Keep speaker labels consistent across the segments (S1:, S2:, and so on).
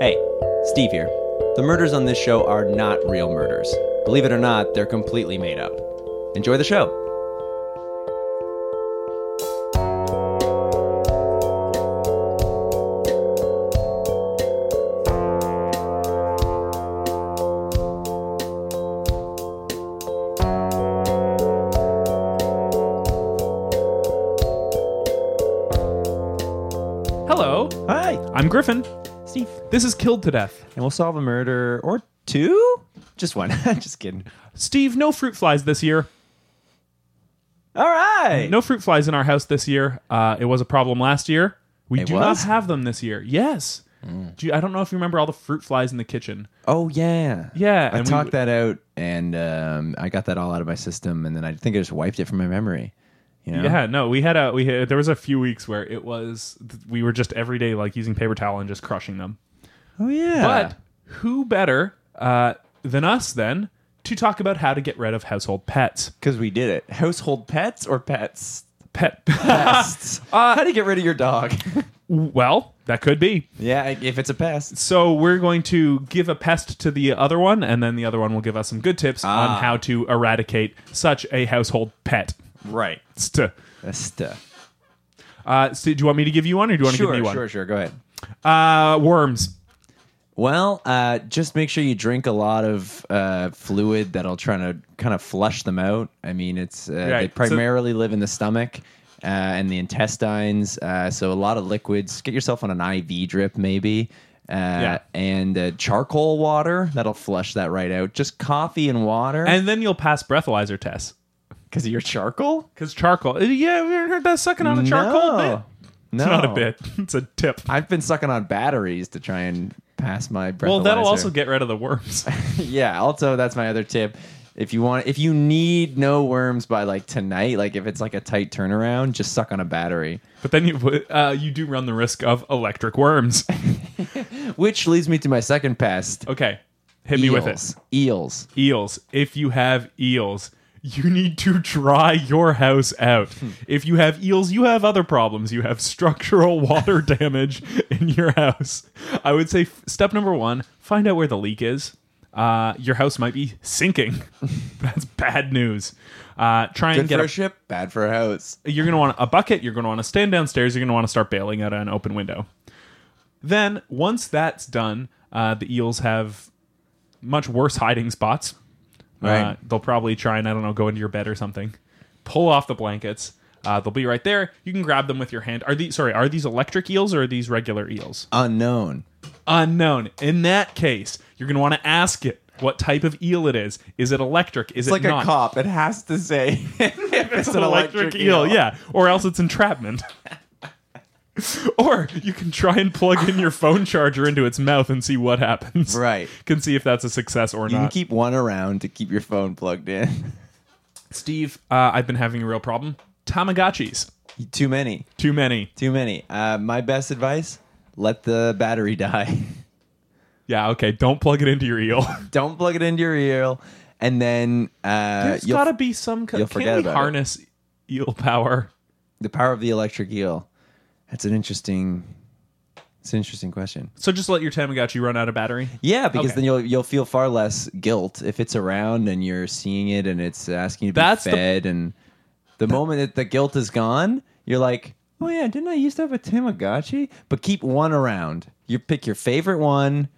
S1: Hey, Steve here. The murders on this show are not real murders. Believe it or not, they're completely made up. Enjoy the show.
S2: Hello,
S1: Hi,
S2: I'm Griffin.
S1: Steve.
S2: This is Killed to Death.
S1: And we'll solve a murder or two? Just one. Just kidding.
S2: Steve, no fruit flies this year.
S1: All right.
S2: No fruit flies in our house this year. Uh, it was a problem last year. We
S1: It
S2: do
S1: was? Mm.
S2: not have them this year. Yes. Do you, I don't know if you remember all the fruit flies in the kitchen.
S1: Oh, yeah.
S2: Yeah,
S1: I
S2: and we-
S1: talked that out and um, I got that all out of my system. And then I think I just wiped it from my memory. You know?
S2: Yeah, no, we had a we had, there was a few weeks where it was th- we were just every day like using paper towel and just crushing them.
S1: Oh, yeah.
S2: But who better uh, than us then to talk about how to get rid of household pets?
S1: Because we did it. Household pets or pets? Uh,
S2: Pet.
S1: Pests. How do you get rid of your dog?
S2: well, that could be.
S1: yeah, if it's a pest.
S2: So we're going to give a pest to the other one, and then the other one will give us some good tips
S1: Ah.
S2: on how to eradicate such a household pet.
S1: Right.
S2: St.
S1: Pest.
S2: Uh, so do you want me to give you one, or do you want to
S1: Sure,
S2: give me one?
S1: sure, sure. Go ahead.
S2: Uh, worms.
S1: Well, uh, just make sure you drink a lot of uh, fluid that'll try to kind of flush them out. I mean, it's uh, they
S2: Right, so-
S1: primarily live in the stomach uh, and the intestines, uh, so a lot of liquids. Get yourself on an IV drip, maybe. Uh, and uh, charcoal water that'll flush that right out. Just coffee and water,
S2: And then you'll pass breathalyzer tests.
S1: because of your charcoal.
S2: Because charcoal. Uh, Yeah, we heard that sucking on a charcoal
S1: no.
S2: bit.
S1: No,
S2: It's not a bit. It's a tip.
S1: I've been sucking on batteries to try and pass my breathalyzer.
S2: Well, that'll also get rid of the worms.
S1: yeah. Also, that's my other tip. If you want, if you need no worms by like tonight, like if it's like a tight turnaround, just suck on a battery.
S2: but then you uh, you do run the risk of electric worms.
S1: Which leads me to my second pest.
S2: Okay, hit me Oh, with it.
S1: Eels. Eels.
S2: eels, if you have eels, you need to dry your house out. If you have eels, you have other problems. You have structural water damage in your house. I would say f- step number one find out where the leak is. Uh, your house might be sinking. That's bad news. Uh, try and
S1: Good
S2: get
S1: for
S2: a Uh,
S1: a ship, bad for a house.
S2: you're going to want a bucket. You're going to want to stand downstairs. You're going to want to start bailing out an open window. Then, once that's done, uh, the eels have much worse hiding spots. Uh,
S1: Right.
S2: they'll probably try and, I don't know, go into your bed or something. Pull off the blankets. Uh, they'll be right there. You can grab them with your hand. Are these sorry? Are these electric eels or are these regular eels?
S1: Unknown.
S2: Unknown. In that case, you're going to want to ask it what type of eel it is. Is it electric? Is
S1: It's like
S2: it not?
S1: a cop. It has to say if it's
S2: It's an electric, eel, yeah, or else it's entrapment. or you can try and plug in your phone charger into its mouth and see what happens.
S1: Right.
S2: Can see if that's a success or
S1: You can
S2: not.
S1: keep one around to keep your phone plugged in.
S2: Steve, uh, I've been having a real problem. Tamagotchis,
S1: Too many.
S2: too many.
S1: Too many. Uh, my best advice: let the battery die.
S2: Yeah, okay. Don't plug it into your eel.
S1: Don't plug it into your eel, and then uh,
S2: There's
S1: you'll
S2: got to be some. Co-
S1: you'll
S2: can
S1: forget
S2: we
S1: about it.
S2: harness eel power?
S1: the power of the electric eel. That's an interesting. It's an interesting question.
S2: So just let your Tamagotchi run out of battery.
S1: Yeah, because
S2: Okay.
S1: then you'll you'll feel far less guilt if it's around and you're seeing it and it's asking you to
S2: That's
S1: be
S2: the-
S1: fed. and the moment that the guilt is gone, you're like, oh yeah, didn't I used to have a Tamagotchi? But keep one around. You pick your favorite one,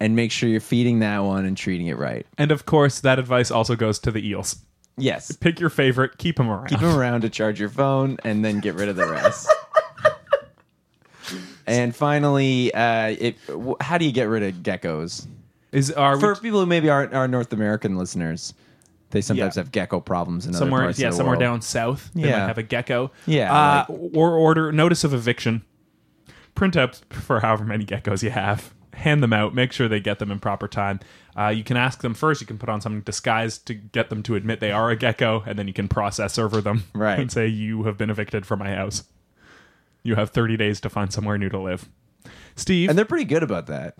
S1: and make sure you're feeding that one and treating it right.
S2: And of course, that advice also goes to the eels.
S1: Yes,
S2: Pick your favorite. Keep them around.
S1: keep them around to charge your phone and then get rid of the rest. and finally, uh, it, w- how do you get rid of geckos?
S2: Is are we
S1: For people who maybe aren't are North American listeners, they sometimes
S2: Yeah.
S1: have gecko problems in other
S2: somewhere
S1: parts
S2: yeah
S1: of the
S2: somewhere
S1: world.
S2: down south they
S1: Yeah.
S2: might have a gecko
S1: Yeah,
S2: uh, or order notice of eviction print up for however many geckos you have hand them out make sure they get them in proper time uh, you can ask them first you can put on some disguise to get them to admit they are a gecko and then you can process over them
S1: Right.
S2: and say you have been evicted from my house you have 30 days to find somewhere new to live steve
S1: And they're pretty good about that.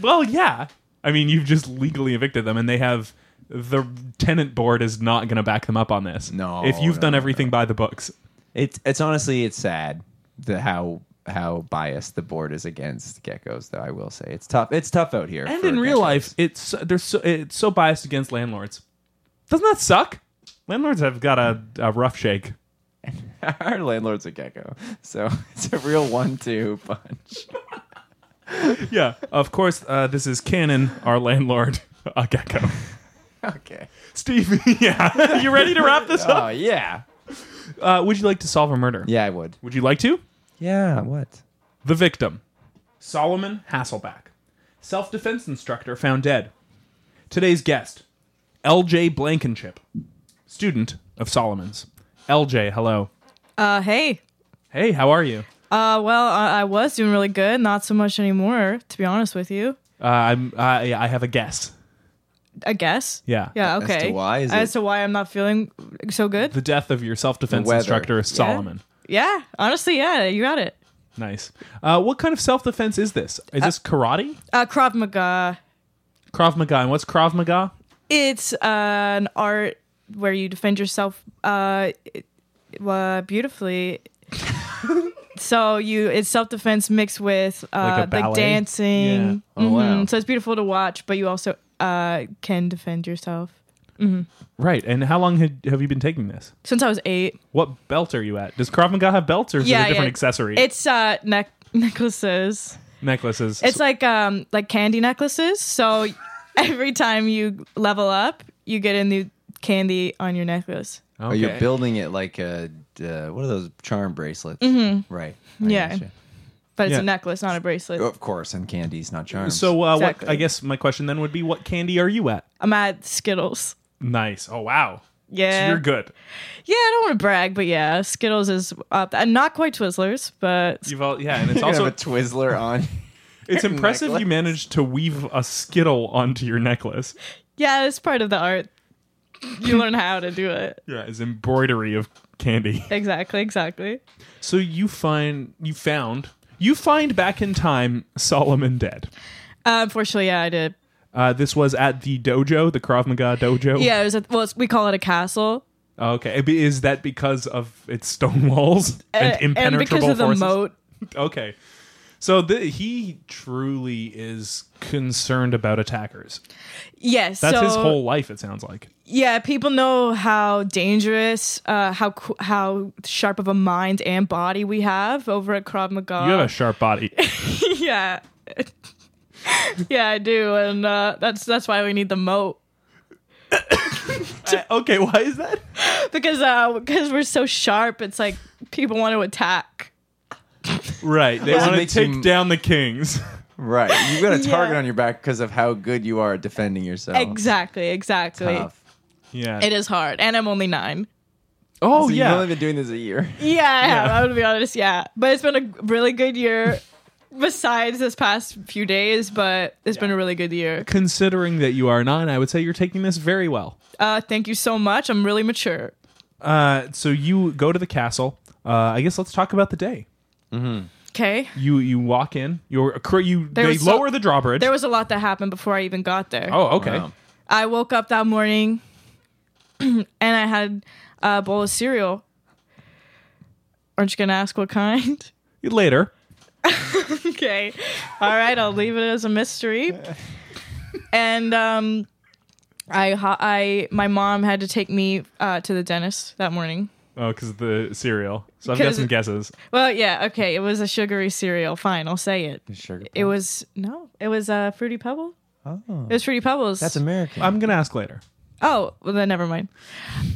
S2: well yeah i mean you've just legally evicted them and they have the tenant board is not going to back them up on this
S1: No,
S2: if you've
S1: no,
S2: done
S1: no,
S2: everything by the books
S1: It's it's honestly it's sad the how
S3: how biased the board is against geckos. Though I will say it's tough. It's tough out here.
S2: And
S3: for
S2: in real
S3: geckos.
S2: life, it's they're so it's so biased against landlords. Doesn't that suck? Landlords have got a, a rough shake.
S3: our landlord's a gecko, so it's a real one-two punch.
S2: Yeah, of course. Uh, this is Cannon, our landlord, a gecko.
S3: Okay.
S2: Steve, yeah, you ready to wrap this up?
S3: Oh yeah.
S2: Uh, would you like to solve a murder?
S3: Yeah, I would.
S2: Would you like to?
S3: Yeah. What?
S2: The victim Solomon Hasselback, self defense instructor found dead. Today's guest, LJ Blankenship, student of Solomon's. LJ, hello.
S4: Uh, hey.
S2: Hey, how are you?
S4: Uh, well, I, I was doing really good. Not so much anymore, to be honest with you.
S2: Uh, I'm, I, I have a guess.
S4: I guess.
S2: Yeah.
S4: Yeah.
S3: As
S4: Okay.
S3: to why is
S4: As
S3: it-
S4: to why I'm not feeling so good.
S2: The death of your self defense
S3: The weather.
S2: instructor, Solomon.
S4: yeah. Honestly, yeah. You got it.
S2: Nice. Uh, what kind of self defense is this? Is this karate?
S4: Uh, Krav Maga.
S2: Krav Maga. And what's Krav Maga?
S4: It's uh, an art where you defend yourself uh, it- uh beautifully. so you it's self defense mixed with
S2: Like a
S4: uh, like,
S2: ballet?
S4: dancing.
S2: Yeah.
S3: Oh, wow.
S4: Mhm. So it's beautiful to watch, but you also uh, can defend yourself.
S2: Right. And how long had, have you been taking this?
S4: Since I was eight.
S2: What belt are you at? Does Krav Maga have belts or is it a different accessory?
S4: It's uh neck necklaces.
S2: Necklaces.
S4: It's like um like candy necklaces. So every time you level up, you get a new candy on your necklace.
S3: Oh,
S2: okay.
S3: you're building it like a uh, what are those charm bracelets? Right. I
S4: Yeah.
S3: gotcha.
S4: But it's
S2: Yeah.
S4: a necklace, not a bracelet.
S1: Oh.
S3: Of course, and candies, not charms.
S2: So, uh,
S4: Exactly.
S2: what, I guess my question then would be, what candy are you at?
S4: I'm at Skittles.
S2: Nice. Oh wow.
S4: Yeah.
S2: So you're good.
S4: Yeah, I don't want to brag, but yeah, Skittles is up. And not quite Twizzlers, but
S2: You've all yeah, and it's
S3: you
S2: also
S3: also have a Twizzler on.
S2: it's impressive you
S3: necklace.
S2: managed to weave a skittle onto your necklace.
S4: yeah, it's part of the art. You learn how to do it.
S2: Yeah, is embroidery of candy.
S4: Exactly, exactly.
S2: So you find you found you find back in time Solomon dead.
S4: Uh, unfortunately, yeah, I did.
S2: Uh, this was at the dojo, the Krav Maga dojo.
S4: Yeah, it was a, well, it's, we call it a castle.
S2: Okay. Is that because of its stone walls and
S4: Uh, and
S2: impenetrable
S4: because of the
S2: forces?
S4: moat,
S2: Okay. So the, he truly is concerned about attackers.
S4: Yes.
S2: That's
S4: so,
S2: his whole life. It sounds like.
S4: Yeah, people know how dangerous, uh, how qu- how sharp of a mind and body we have over at Krav Maga.
S2: You have a sharp body.
S4: yeah. yeah, I do, and uh, that's that's why we need the moat
S2: Uh, okay, why is that?
S4: because uh, because we're so sharp. It's like people want to attack.
S2: Right, they
S3: Does it
S2: want to
S3: make
S2: take
S3: you-
S2: down the kings.
S3: right. You've got a
S4: Yeah.
S3: target on your back because of how good you are at defending yourself.
S4: Exactly, exactly.
S3: Tough.
S2: yeah.
S4: It is hard, and I'm only nine.
S2: oh
S3: So You've only
S2: yeah.
S3: been doing this a year.
S4: Yeah, I have.
S2: Yeah.
S4: I'm gonna be honest. Yeah, but it's been a really good year. Besides this past few days, but it's been a really good year.
S2: Considering that you are nine, I would say you're taking this very well.
S4: Uh, thank you so much. I'm really mature.
S2: Uh, so you go to the castle. Uh, I guess let's talk about the day.
S4: Okay.
S2: You you walk in. You're cr- you
S4: There
S2: they
S4: was so-
S2: lower the drawbridge.
S4: There was a lot that happened before I even got there.
S2: oh okay.
S3: Wow.
S4: I woke up that morning and I had a bowl of cereal. Aren't you going to ask what kind?
S2: Later.
S4: okay. All right. I'll leave it as a mystery. And, um,. I, ho- I my mom had to take me uh, to the dentist that morning.
S2: Oh, because of the cereal. So I've got
S4: 'Cause-
S2: some guesses.
S4: Well, yeah, okay, it was a sugary cereal. Fine, I'll say it.
S3: Sugar.
S4: It was no, it was a uh, fruity pebble.
S3: Oh,
S4: It was fruity pebbles.
S3: that's American.
S2: I'm gonna ask later.
S4: Oh, well then never mind.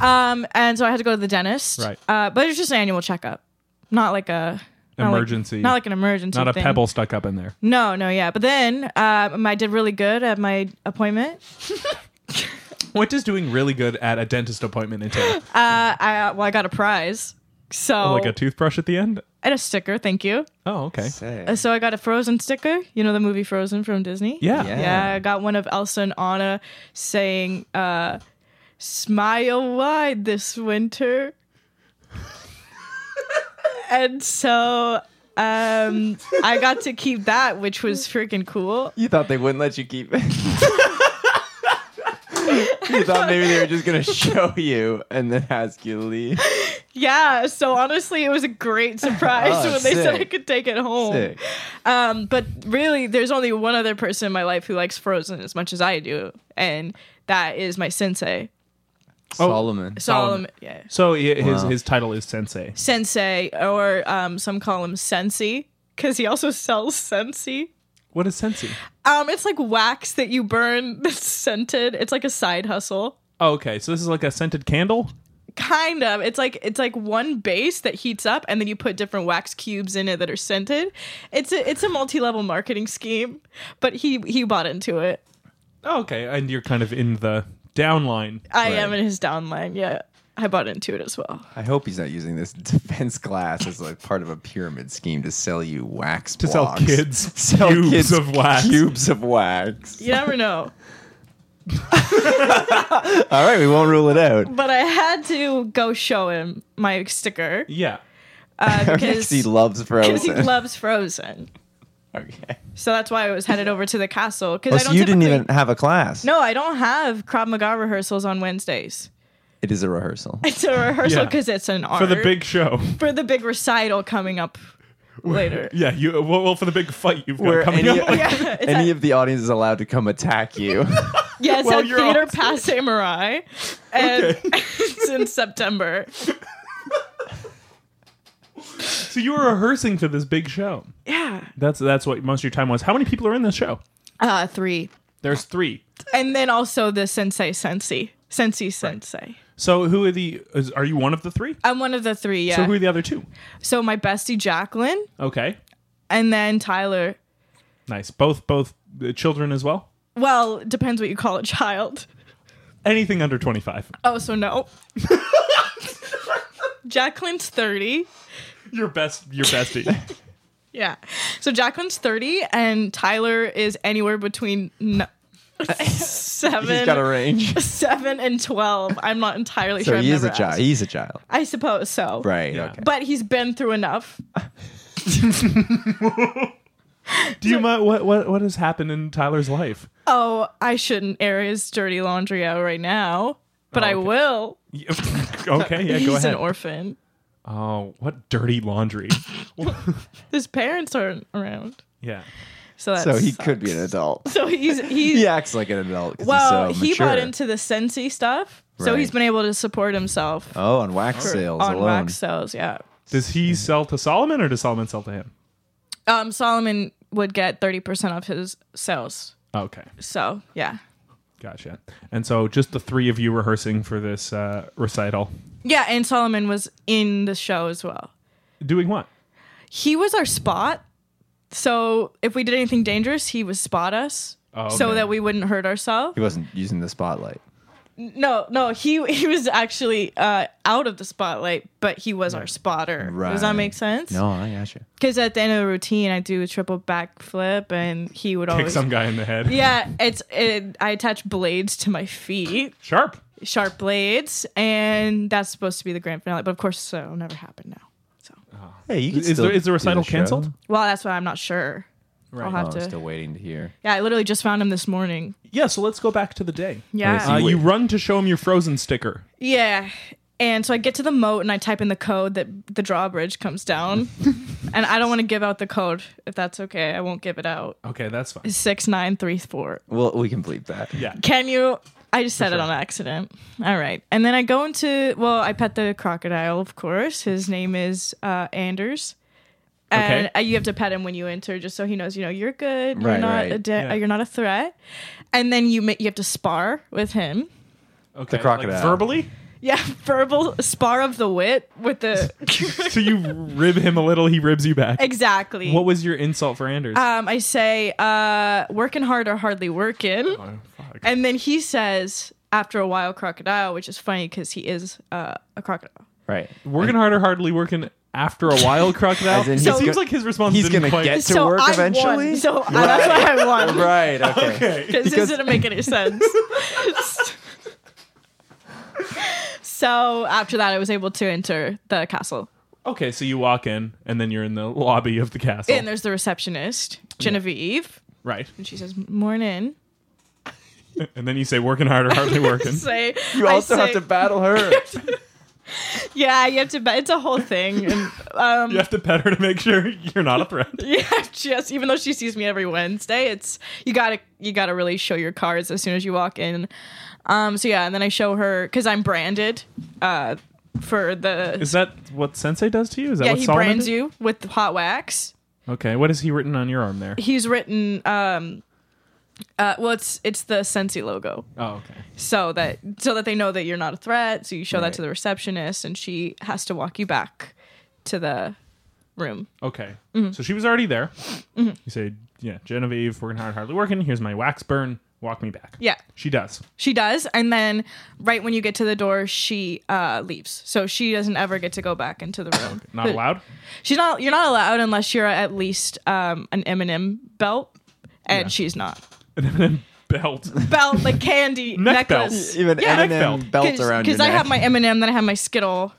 S4: Um, and so I had to go to the dentist.
S2: Right.
S4: Uh, but it was just an annual checkup, not like a not like-
S2: Emergency.
S4: not like an emergency.
S2: Not a
S4: thing.
S2: pebble stuck up in there.
S4: No, no, yeah. But then um, I did really good at my appointment.
S2: What does doing really good at a dentist appointment entail?
S4: Uh, I well, I got a prize. So
S2: Oh,
S3: Oh.
S2: like a toothbrush at the end?
S4: and a sticker. Thank you.
S2: Oh, okay.
S3: Say.
S4: Uh, so I got a Frozen sticker. You know the movie Frozen from Disney.
S2: Yeah.
S3: Yeah.
S4: Yeah, I got one of Elsa and Anna saying, uh, "Smile wide this winter," and so um, I got to keep that, which was freaking cool.
S3: You thought they wouldn't let you keep it. you thought maybe they were just gonna show you and then ask you to leave.
S4: Yeah, so honestly, it was a great surprise
S3: Oh,
S4: when they said
S3: sick.
S4: I could take it home.
S3: Sick.
S4: Um, but really, there's only one other person in my life who likes Frozen as much as I do, and that is my sensei,
S3: Solomon.
S4: Solomon. Yeah.
S2: So i- his
S3: Wow.
S2: his title is Sensei.
S4: Sensei, or um, some call him Sensi, because he also sells Sensi.
S2: What is Sensei?
S4: Um, it's like wax that you burn that's scented. It's like a side hustle.
S2: Oh, okay, so this is like a scented candle.
S4: Kind of. It's like it's like one base that heats up, and then you put different wax cubes in it that are scented. It's a it's a multi level marketing scheme, but he he bought into it.
S2: Oh, okay, and you're kind of in the downline.
S4: I am in his downline. Yeah, I bought into it as well.
S3: I hope he's not using this defense glass as like part of a pyramid scheme to sell you wax
S2: To sell
S3: blocks.
S2: kids
S3: sell
S2: cubes
S3: kids
S2: of wax.
S3: Cubes of wax.
S4: You never know.
S3: All right, we won't rule it out.
S4: but I had to go show him my sticker
S2: Yeah.
S4: uh,
S3: Because
S4: because
S3: he loves Frozen.
S4: because he loves Frozen.
S3: okay.
S4: So that's why I was headed over to the castle because
S3: Oh,
S4: I
S3: so
S4: don't
S3: you didn't
S4: typically-
S3: even have a class.
S4: No, I don't have Krav Maga rehearsals on Wednesdays.
S3: It is a rehearsal.
S4: It's a rehearsal
S2: Yeah.
S4: because it's an art
S2: For the big show.
S4: for the big recital coming up later.
S2: Yeah, you well, well for the big fight you've got
S3: Where
S2: coming
S3: any-
S2: up.
S4: yeah, it's
S3: Any
S4: at,
S3: of the audience is allowed to come attack you.
S4: yeah, it's
S2: Well,
S4: at
S2: you're
S4: Theater
S2: also-
S4: Pass Samurai, and it's in September.
S2: So you were rehearsing for this big show.
S4: Yeah,
S2: That's that's what most of your time was. How many people are in this show?
S4: uh, three,
S2: There's three.
S4: and then also the Sensei Sensei Sensei Sensei.
S2: So who are the? Is, are you one of the three?
S4: I'm one of the three. Yeah.
S2: So who are the other two?
S4: So my bestie Jacqueline
S2: Okay,
S4: and then Tyler.
S2: nice. Both both uh, children as well.
S4: Well, depends what you call a child.
S2: Anything under twenty five.
S4: Oh, so no. Jacqueline's 30.
S2: Your best your bestie.
S4: Yeah. So Jacqueline's 30 and Tyler is anywhere between n- 7
S3: He's got a range.
S4: 7 and 12. I'm not entirely
S3: So
S4: sure.
S3: he
S4: I've
S3: is a
S4: never
S3: child.
S4: asked.
S3: He's a child.
S4: I suppose so.
S3: Right.
S2: Yeah.
S3: Okay.
S4: But he's been through enough.
S2: Do you mind what what what has happened in Tyler's life?
S4: Oh, I shouldn't air his dirty laundry out right now, but
S3: Oh,
S4: I
S2: okay.
S4: will.
S2: You- okay, yeah,
S4: he's
S2: go
S4: an
S2: ahead.
S4: orphan.
S2: oh, what dirty laundry.
S4: His parents aren't around.
S2: yeah.
S4: So that
S3: So he
S4: sucks.
S3: could be an adult.
S4: So he's he's
S3: He acts like an adult. 'cause
S4: well,
S3: he's so
S4: he
S3: mature.
S4: bought into the Sensi stuff, so
S3: Right.
S4: he's been able to support himself
S3: Oh, on wax
S4: for-
S3: sales
S4: on
S3: alone.
S4: wax sales. Yeah,
S2: Does he sell to Solomon or does Solomon sell to him?
S4: um, Solomon would get thirty percent of his sales.
S2: Oh, Okay,
S4: So yeah,
S2: gotcha. And so just the three of you rehearsing for this uh, recital.
S4: yeah, and Solomon was in the show as well.
S2: Doing what?
S4: He was our spot. So if we did anything dangerous, he would spot us.
S2: Oh,
S4: So
S2: okay.
S4: that we wouldn't hurt ourselves.
S3: He wasn't using the spotlight.
S4: No, no, he he was actually uh, out of the spotlight, but he was our spotter. Does that
S3: Right.
S4: make sense?
S3: No, I gotcha.
S4: Because at the end of the routine, I do a triple backflip, and he would
S2: Kick
S4: always.
S2: some guy in the head.
S4: yeah, it's it, I attach blades to my feet,
S2: Sharp.
S4: sharp blades, and that's supposed to be the grand finale. But of course, so it'll never happen now. So,
S3: Hey, you can
S2: Is there is the recital canceled?
S4: well, that's why I'm not sure. I'll
S2: Right.
S3: Oh,
S4: have
S3: I'm
S4: to.
S3: still Oh, waiting to hear.
S4: Yeah, I literally just found him this morning.
S2: Yeah, so let's go back to the day.
S3: Yes,
S4: Yeah,
S2: Uh,
S3: Wait.
S2: you run to show him your frozen sticker.
S4: yeah. And so I get to the moat and I type in the code that the drawbridge comes down, and I don't want to give out the code if that's okay. I won't give it out.
S2: Okay, that's fine.
S4: Six nine three four.
S3: Well, we can bleep that.
S2: Yeah.
S4: Can you? I just said it on accident. All right. And then I go into, well, I pet the crocodile, of course. His name is uh, Anders. And
S2: Okay.
S4: uh, you have to pet him when you enter just so he knows, you know, you're good.
S3: Right,
S4: you're, not
S3: right.
S4: A da-
S2: Yeah.
S4: you're not a threat. And then you, ma- you have to spar with him.
S2: Okay.
S3: crocodile.
S2: verbally?
S4: Yeah, verbal spar of the wit with the.
S2: so you rib him a little, he ribs you back.
S4: exactly.
S2: What was your insult for Anders?
S4: um, I say, uh, working hard or hardly working.
S2: oh, fuck.
S4: And then he says, after a while, crocodile, which is funny because he is uh, a crocodile.
S3: Right.
S2: Working hard or hardly working after a while, crocodile?
S3: As in
S2: it
S3: he's
S2: seems
S3: go-
S2: like his response
S3: He's
S2: didn't
S3: gonna
S2: quite-
S3: get to work
S4: I
S3: eventually.
S4: Won. So uh, that's why I won.
S3: right. Okay.
S2: Okay.
S4: Because this
S3: Because-
S4: didn't make any sense. so after that, I was able to enter the castle.
S3: Oh.
S2: Okay, so you walk in and then you're in the lobby of the castle.
S4: And there's the receptionist, Genevieve.
S2: right.
S4: And she says, Morning.
S2: And then you say working hard or hardly working.
S4: Say,
S3: You also
S4: I say,
S3: have to battle her.
S4: Yeah, you have to. bet It's a whole thing. And, um,
S2: You have to pet her to make sure you're not a threat.
S4: yeah, just even though she sees me every Wednesday, it's you gotta you gotta really show your cards as soon as you walk in. Um, so yeah, and then I show her because I'm branded uh, for the
S2: Is that what Sensei does to you? Is that
S4: yeah
S2: what
S4: he
S2: Solomon
S4: brands
S2: did?
S4: you with hot wax.
S2: Okay, what is he written on your arm there?
S4: He's written um, uh, well it's it's the Sensi logo
S2: Oh, okay.
S4: so that so that they know that you're not a threat. So you show
S2: Right.
S4: that to the receptionist, and she has to walk you back to the room.
S2: Okay.
S4: Mm-hmm.
S2: So she was already there. You say, yeah, Genevieve, working hard, hardly working. Here's my wax burn. Walk me back.
S4: Yeah.
S2: She does.
S4: She does, and then right when you get to the door, she uh, leaves. So she doesn't ever get to go back into the room.
S2: Not
S4: But
S2: allowed?
S4: She's not. You're not allowed unless you're at least um, an Eminem belt, and she's not.
S2: Belt.
S4: Belt like candy
S2: Neck belt.
S4: necklace.
S3: Even
S4: Yeah.
S2: neck belt.
S3: Eminem belt around your
S4: Because I
S3: neck. Oh,
S4: have my Eminem, then I have my Skittle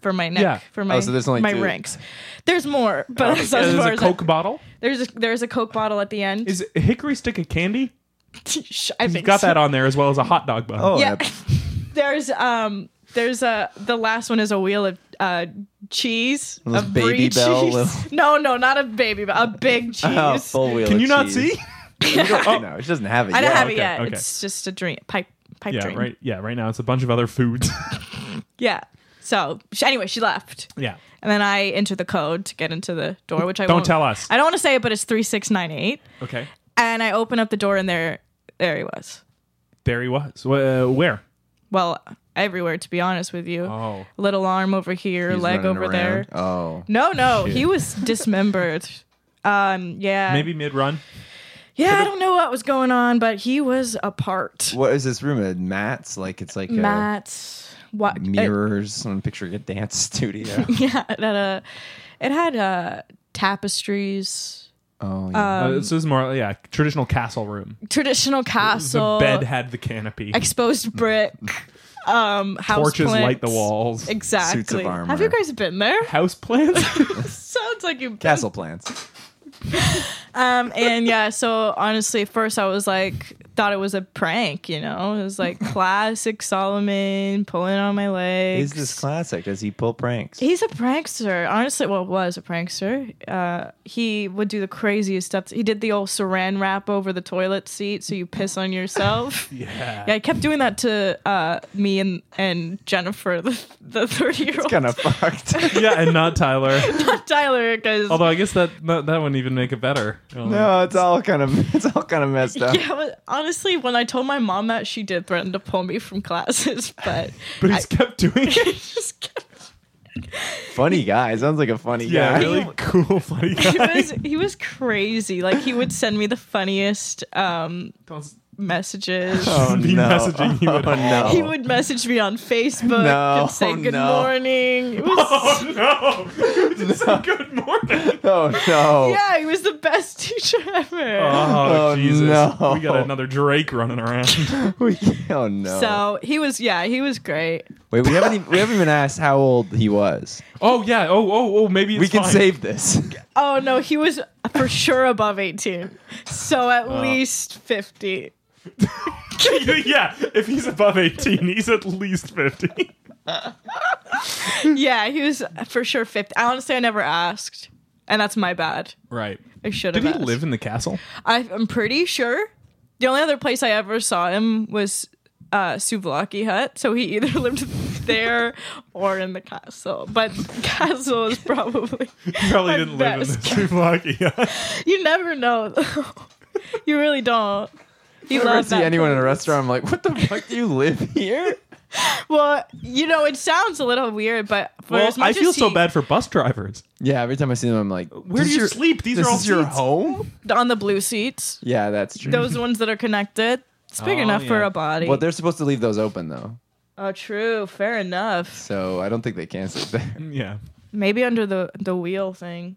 S4: for my neck.
S2: Yeah. Oh,
S4: For my
S3: so there's only
S4: my
S3: two.
S4: ranks. There's more, but as
S2: There's
S4: far
S2: a
S4: as I-
S2: Coke bottle.
S4: there's a, there's a Coke bottle at the end.
S2: Is a hickory stick a candy?
S4: I
S2: You've
S4: think
S2: got
S4: so.
S2: that on there as well as a hot dog bun.
S3: Oh,
S4: Yeah.
S3: yeah.
S4: there's um there's a the last one is a wheel of uh cheese,
S3: One of
S4: a
S3: those
S4: brie
S3: baby bell
S4: cheese.
S3: little-
S4: No, no, not a baby bell, a big cheese.
S3: Oh, full wheel
S2: Can
S3: of
S2: you not
S3: cheese.
S2: see? Oh.
S3: You don't- no, she doesn't have it.
S4: I
S3: yet.
S4: don't have it
S2: okay,
S4: yet.
S2: okay.
S4: It's just a drink pipe pipe
S2: yeah,
S4: dream.
S2: right. Yeah, right now it's a bunch of other foods.
S4: Yeah. So she, anyway, she left,
S2: yeah.
S4: and then I enter the code to get into the door, which I
S2: Don't
S4: won't-
S2: tell us.
S4: I don't want to say it, but it's three six nine eight,
S2: Okay.
S4: and I open up the door, and there there he was.
S2: There he was. Uh, where?
S4: Well, everywhere to be honest with you.
S2: Oh.
S4: Little arm over here,
S3: He's
S4: leg
S3: running
S4: over there.
S3: around. Oh.
S4: No, no, he was dismembered. Um, yeah,
S2: Uh, Maybe mid run.
S4: Yeah, I don't know what was going on, but he was apart.
S3: What is this room? A Matt's? Like, it's like a
S4: Matt's what? it-
S3: mirrors. I'm picturing a dance studio.
S4: yeah, it had a, it had uh tapestries,
S3: oh, yeah.
S2: uh, this is more, yeah, traditional castle room.
S4: traditional castle,
S2: the bed had the canopy.
S4: exposed brick, um, house
S2: Torches
S4: plants.
S2: light the walls.
S4: Exactly.
S3: Suits of armor.
S4: Have you guys been there?
S2: House plants.
S4: Sounds like you've been.
S3: Castle plants.
S4: Um, and yeah, so honestly, at first I was like, thought it was a prank, you know? It was like classic Solomon pulling on my legs.
S3: Is this classic? Does he pull pranks?
S4: He's a prankster. Honestly, well, was a prankster. Uh, he would do the craziest stuff. He did the old saran wrap over the toilet seat so you piss on yourself. yeah.
S2: yeah.
S4: I kept doing that to uh, me and, and Jennifer, the the 30 year old
S3: kind of fucked.
S2: yeah, and not Tyler.
S4: Tyler, because.
S2: Although I guess that that, that wouldn't even make it better. Um,
S3: no, it's all kind of it's all kind of messed up.
S4: Yeah, but honestly, when I told my mom that, she did threaten to pull me from classes, but
S2: But he's kept doing
S4: I
S2: it.
S4: just kept-
S3: Funny guy. Sounds like a funny
S2: Yeah,
S3: guy.
S2: really cool, funny
S4: he
S2: guy.
S4: was he was crazy. Like he would send me the funniest um,
S2: Don't-
S4: messages.
S3: Oh
S2: Be
S3: no.
S2: messaging you at
S3: oh,
S2: all.
S3: no.
S4: He would message me on Facebook
S3: No, Oh,
S4: and say good
S3: no.
S4: morning. It was,
S2: Oh no! Just say good morning.
S3: Oh no.
S4: yeah, he was the best teacher ever.
S2: Oh,
S3: Oh,
S2: Jesus!
S3: no.
S2: We got another Drake running around.
S3: We- oh no.
S4: So he was, yeah, he was great.
S3: Wait, we haven't even, we haven't even asked how old he was.
S2: oh yeah. Oh oh oh. Maybe it's
S3: we can
S2: fine.
S3: save this.
S4: Oh no, he was for sure above eighteen, so at
S3: Oh.
S4: least fifty.
S2: yeah. If he's above eighteen, he's at least fifty.
S4: Yeah, he was for sure 50. Honestly, I never asked. And that's my bad.
S2: Right.
S4: I should have
S2: Did he
S4: asked.
S2: live in the castle?
S4: I, I'm pretty sure. The only other place I ever saw him was uh, Suvlaki Hut. So he either lived there or in the castle. But castle is probably.
S2: Probably
S4: My
S2: didn't live in the
S4: best.
S2: Souvlaki.
S4: You never know. though. you really don't. He
S3: If I
S4: loves
S3: see
S4: that.
S3: anyone in a restaurant, I'm like, what the fuck? Do you live here?
S4: Well, you know, it sounds a little weird, but for
S2: Well,
S4: as much
S2: I feel
S4: as
S2: so
S4: he-
S2: bad for bus drivers.
S3: Yeah. Every time I see them, I'm like,
S2: Where do
S3: "This
S2: you
S3: your-
S2: sleep? These
S3: This
S2: are all
S3: is your
S2: seats."
S3: home?
S4: on the blue seats,
S3: Yeah, that's true.
S4: those ones that are connected. It's big
S2: Oh,
S4: enough for
S2: yeah.
S4: a body.
S3: well, they're supposed to leave those open though,
S4: Oh, true. Fair enough.
S3: so I don't think they can sleep there.
S2: Yeah.
S4: Maybe under the the wheel thing.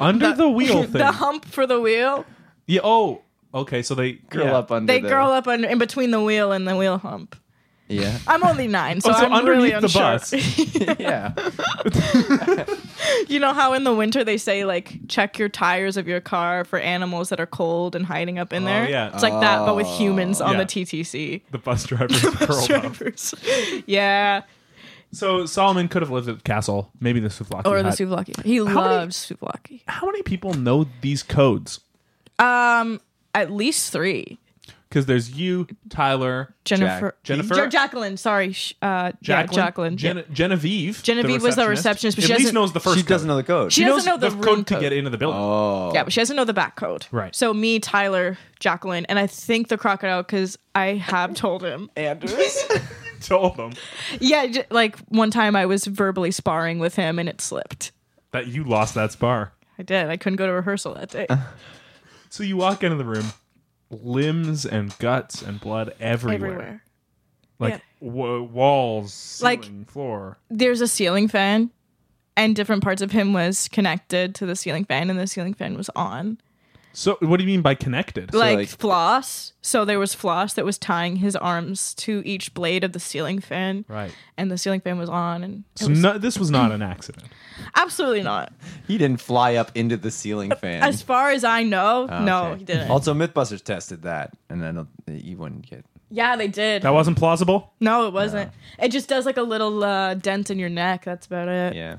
S2: Under the wheel thing.
S4: the hump for the wheel.
S2: yeah. Oh. Okay. So they uh,
S3: Curl
S2: yeah.
S3: up under.
S4: They
S3: the,
S4: curl up under in between the wheel and the wheel hump.
S3: Yeah.
S4: I'm only nine, so,
S2: Oh, so
S4: I'm really
S2: underneath the
S4: unsure.
S3: yeah.
S4: you know how in the winter they say like check your tires of your car for animals that are cold and hiding up in
S2: Oh,
S4: there.
S2: yeah. Oh.
S4: it's like that, but with humans on
S2: Yeah.
S4: the TTC.
S2: The bus drivers curled up.
S4: Drivers. yeah,
S2: So Solomon could have lived at the castle, maybe the Souvlaki.
S4: or the
S2: hut.
S4: souvlaki. He loves souvlaki.
S2: How many people know these codes?
S4: Um, at least three.
S2: Because there's you, Tyler,
S4: Jennifer,
S2: Jennifer?
S4: Jo- Jacqueline. Sorry, sh- uh,
S2: Jacqueline,
S4: yeah, Jacqueline.
S2: Gen-
S4: yeah.
S2: Genevieve. the
S4: Genevieve was the receptionist, but she
S2: at least
S4: doesn't-
S2: knows the first.
S3: she doesn't
S2: code.
S3: know the code.
S4: She
S2: She
S4: doesn't
S2: knows
S4: know the,
S2: code,
S4: room
S2: to get into the building.
S3: oh,
S4: Yeah, but she doesn't know the back code.
S2: Right.
S4: So me, Tyler, Jacqueline, and I think the crocodile because I have told him.
S3: Anders.
S2: Told them
S4: Yeah, j- like one time I was verbally sparring with him and it slipped.
S2: that you lost that spar.
S4: I did. I couldn't go to rehearsal that day.
S2: Uh-huh. So you walk into the room, limbs and guts and blood everywhere,
S4: Everywhere.
S2: like
S4: Yeah.
S2: w- walls,
S4: Like-
S2: ceiling, floor.
S4: There's a ceiling fan, and different parts of him was connected to the ceiling fan, and the ceiling fan was on.
S2: So what do you mean by connected?
S4: like,
S3: like-
S4: floss. So there was floss that was tying his arms to each blade of the ceiling fan,
S2: right.
S4: and the ceiling fan was on. And it
S2: So
S4: was-
S2: no, this was not an accident.
S4: absolutely not.
S3: he didn't fly up into the ceiling fan. Ah,
S4: As far as I know, no,
S3: Okay.
S4: he didn't.
S3: Also, MythBusters tested that, and I don't. You wouldn't get.
S4: yeah, they did.
S2: That wasn't plausible.
S4: no, it wasn't. It just does like a little uh, dent in your neck. That's about it.
S3: Yeah.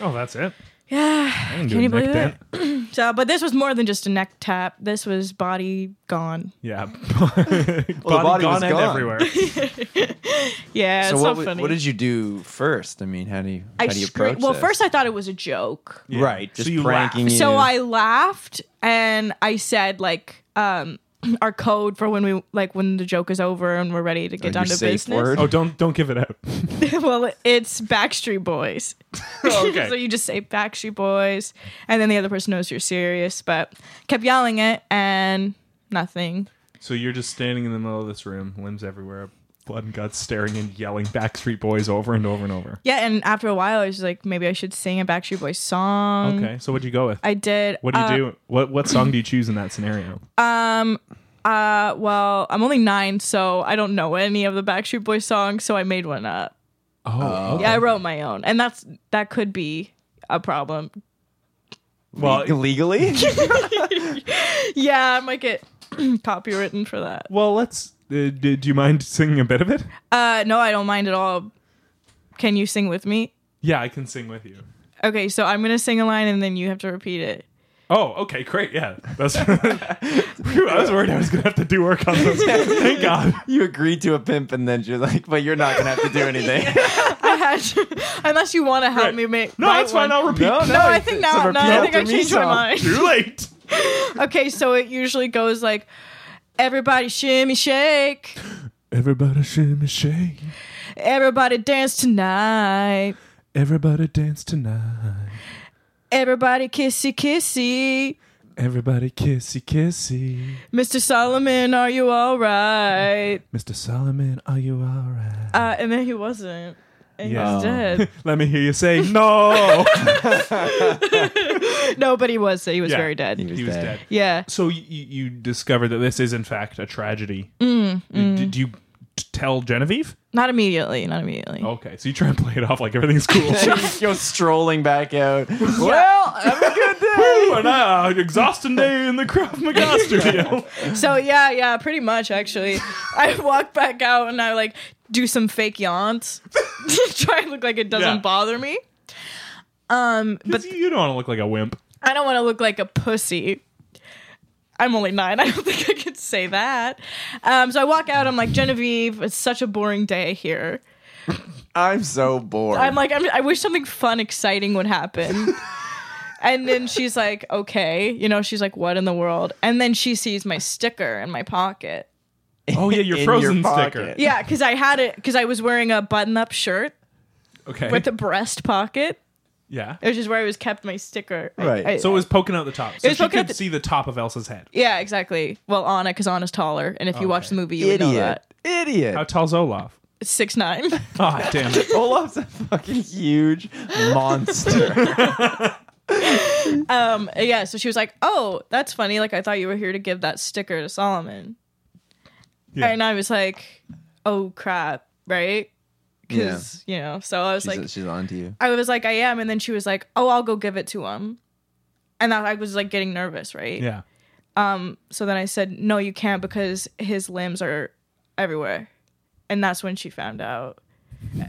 S2: Oh, that's it.
S4: Yeah.
S2: I didn't do
S4: Can
S2: a
S4: you
S2: neck
S4: believe it?
S2: dent.
S4: So, but this was more than just a neck tap. This was body gone.
S2: Yeah, body, gone
S3: body was
S2: and
S3: gone.
S2: everywhere.
S4: Yeah, it's
S3: so what,
S4: so
S3: w-
S4: funny.
S3: what did you do first? I mean, how do you how
S4: I
S3: do you
S4: scream-
S3: approach?
S4: Well,
S3: this?
S4: first I thought it was a joke.
S2: Yeah.
S3: right,
S2: So
S3: just
S2: you
S3: pranking you.
S4: So I laughed and I said like um our code for when we like when the joke is over and we're ready to get
S3: Or
S4: down
S3: your
S4: to
S3: safe
S4: business.
S3: word.
S2: Oh, don't don't give it out.
S4: well, it's Backstreet Boys.
S2: Oh, Okay.
S4: so you just say Backstreet Boys and then the other person knows you're serious, but kept yelling it and nothing.
S2: So you're just standing in the middle of this room, limbs everywhere, blood and guts, staring and yelling Backstreet Boys over and over and over.
S4: Yeah, and after a while I was like maybe I should sing a Backstreet Boys song.
S2: Okay, so what'd you go with?
S4: Mm. I did.
S2: What do you
S4: uh,
S2: do? What what song do you choose in that scenario?
S4: Uh, well, I'm only nine, so I don't know any of the Backstreet Boys songs, so I made one up.
S2: Oh,
S4: Yeah, I wrote my own, and that's that could be a problem.
S3: Uh,
S2: well,
S3: legally.
S4: Yeah, I might get copywritten for that.
S2: well, let's. Uh, do, do you mind singing a bit of it?
S4: Uh, no, I don't mind at all. Can you sing with me?
S2: Yeah, I can sing with you.
S4: Okay, so I'm gonna sing a line, and then you have to repeat it.
S2: Oh, okay, great. Yeah, that's. Phew, I was worried I was gonna have to do work on this. Thank God.
S3: you agreed to a pimp, and then you're like, but you're not gonna have to do anything.
S4: I had, unless you want to help
S2: Right.
S4: me make.
S2: No,
S4: write
S2: that's fine.
S4: one.
S2: I'll repeat.
S4: No, I think
S3: it's
S4: now,
S3: a
S4: no, I
S3: repeat
S4: think I
S3: after me
S4: changed my
S3: song.
S4: mind.
S2: Too late.
S4: Okay, so it usually goes like, everybody shimmy shake,
S2: Everybody shimmy shake.
S4: everybody dance tonight.
S2: Everybody dance tonight.
S4: Everybody kissy kissy.
S2: Everybody kissy kissy.
S4: Mr. Solomon, are you all right?
S2: Mr. Solomon, are you alright?
S4: Uh, and then he wasn't. And he
S2: Yeah.
S4: was dead.
S2: Let me hear you say no.
S4: no, but he was. He was
S2: Yeah.
S4: very dead.
S3: He was,
S2: he was dead.
S4: Yeah.
S2: So you, you discover that this is in fact a tragedy.
S4: Mm,
S2: Did you t- tell Genevieve?
S4: Not immediately. Not immediately.
S2: Okay, so you try and play it off like everything's cool.
S3: dead. Go strolling back out. well, have a good day.
S2: Woo, and uh, exhausting day in the Krav Maga studio.
S4: So, yeah, yeah, pretty much, actually. I walk back out and I, like, do some fake yawns. Try and look like it doesn't
S2: Yeah.
S4: bother me. Um,
S2: but
S4: but
S2: you don't want to look like a wimp.
S4: I don't want to look like a pussy. I'm only nine. I don't think I could say that. Um, so I walk out. I'm like, Genevieve, it's such a boring day here.
S3: I'm so bored.
S4: I'm like, I'm, I wish something fun, exciting would happen. and then she's like, okay. You know, she's like, what in the world? And then she sees my sticker in my pocket.
S2: Oh yeah,
S3: In
S2: your
S3: your
S2: frozen
S3: pocket.
S2: sticker.
S4: Yeah, because I had it, because I was wearing a button up shirt
S2: Okay.
S4: with a breast pocket,
S2: yeah.
S4: which is where I was kept my sticker. I-
S3: Right.
S4: I-
S2: So it was poking out the top. So
S4: was
S2: she
S4: poking
S2: could
S4: out the-
S2: see the top of Elsa's head.
S4: yeah, exactly. Well, Anna, because Anna's taller. And if you watch the movie, you would know
S3: idiot,
S4: that.
S2: How
S3: idiot.
S2: tall's Olaf?
S4: It's six nine.
S2: Ah, damn it.
S3: Olaf's a fucking huge monster.
S4: Um, yeah, so she was like, "Oh, that's funny. Like I thought you were here to give that sticker to Solomon."
S2: Yeah.
S4: And I was like, "Oh crap, right?"
S3: yeah, she's,
S4: Because you know, so I was like,
S3: she's on to you.
S4: I was like, "I am," and then she was like, "Oh, I'll go give it to him," and I I was like getting nervous, right?
S2: Yeah.
S4: So then I said, "No, you can't because his limbs are everywhere," and that's when she found out.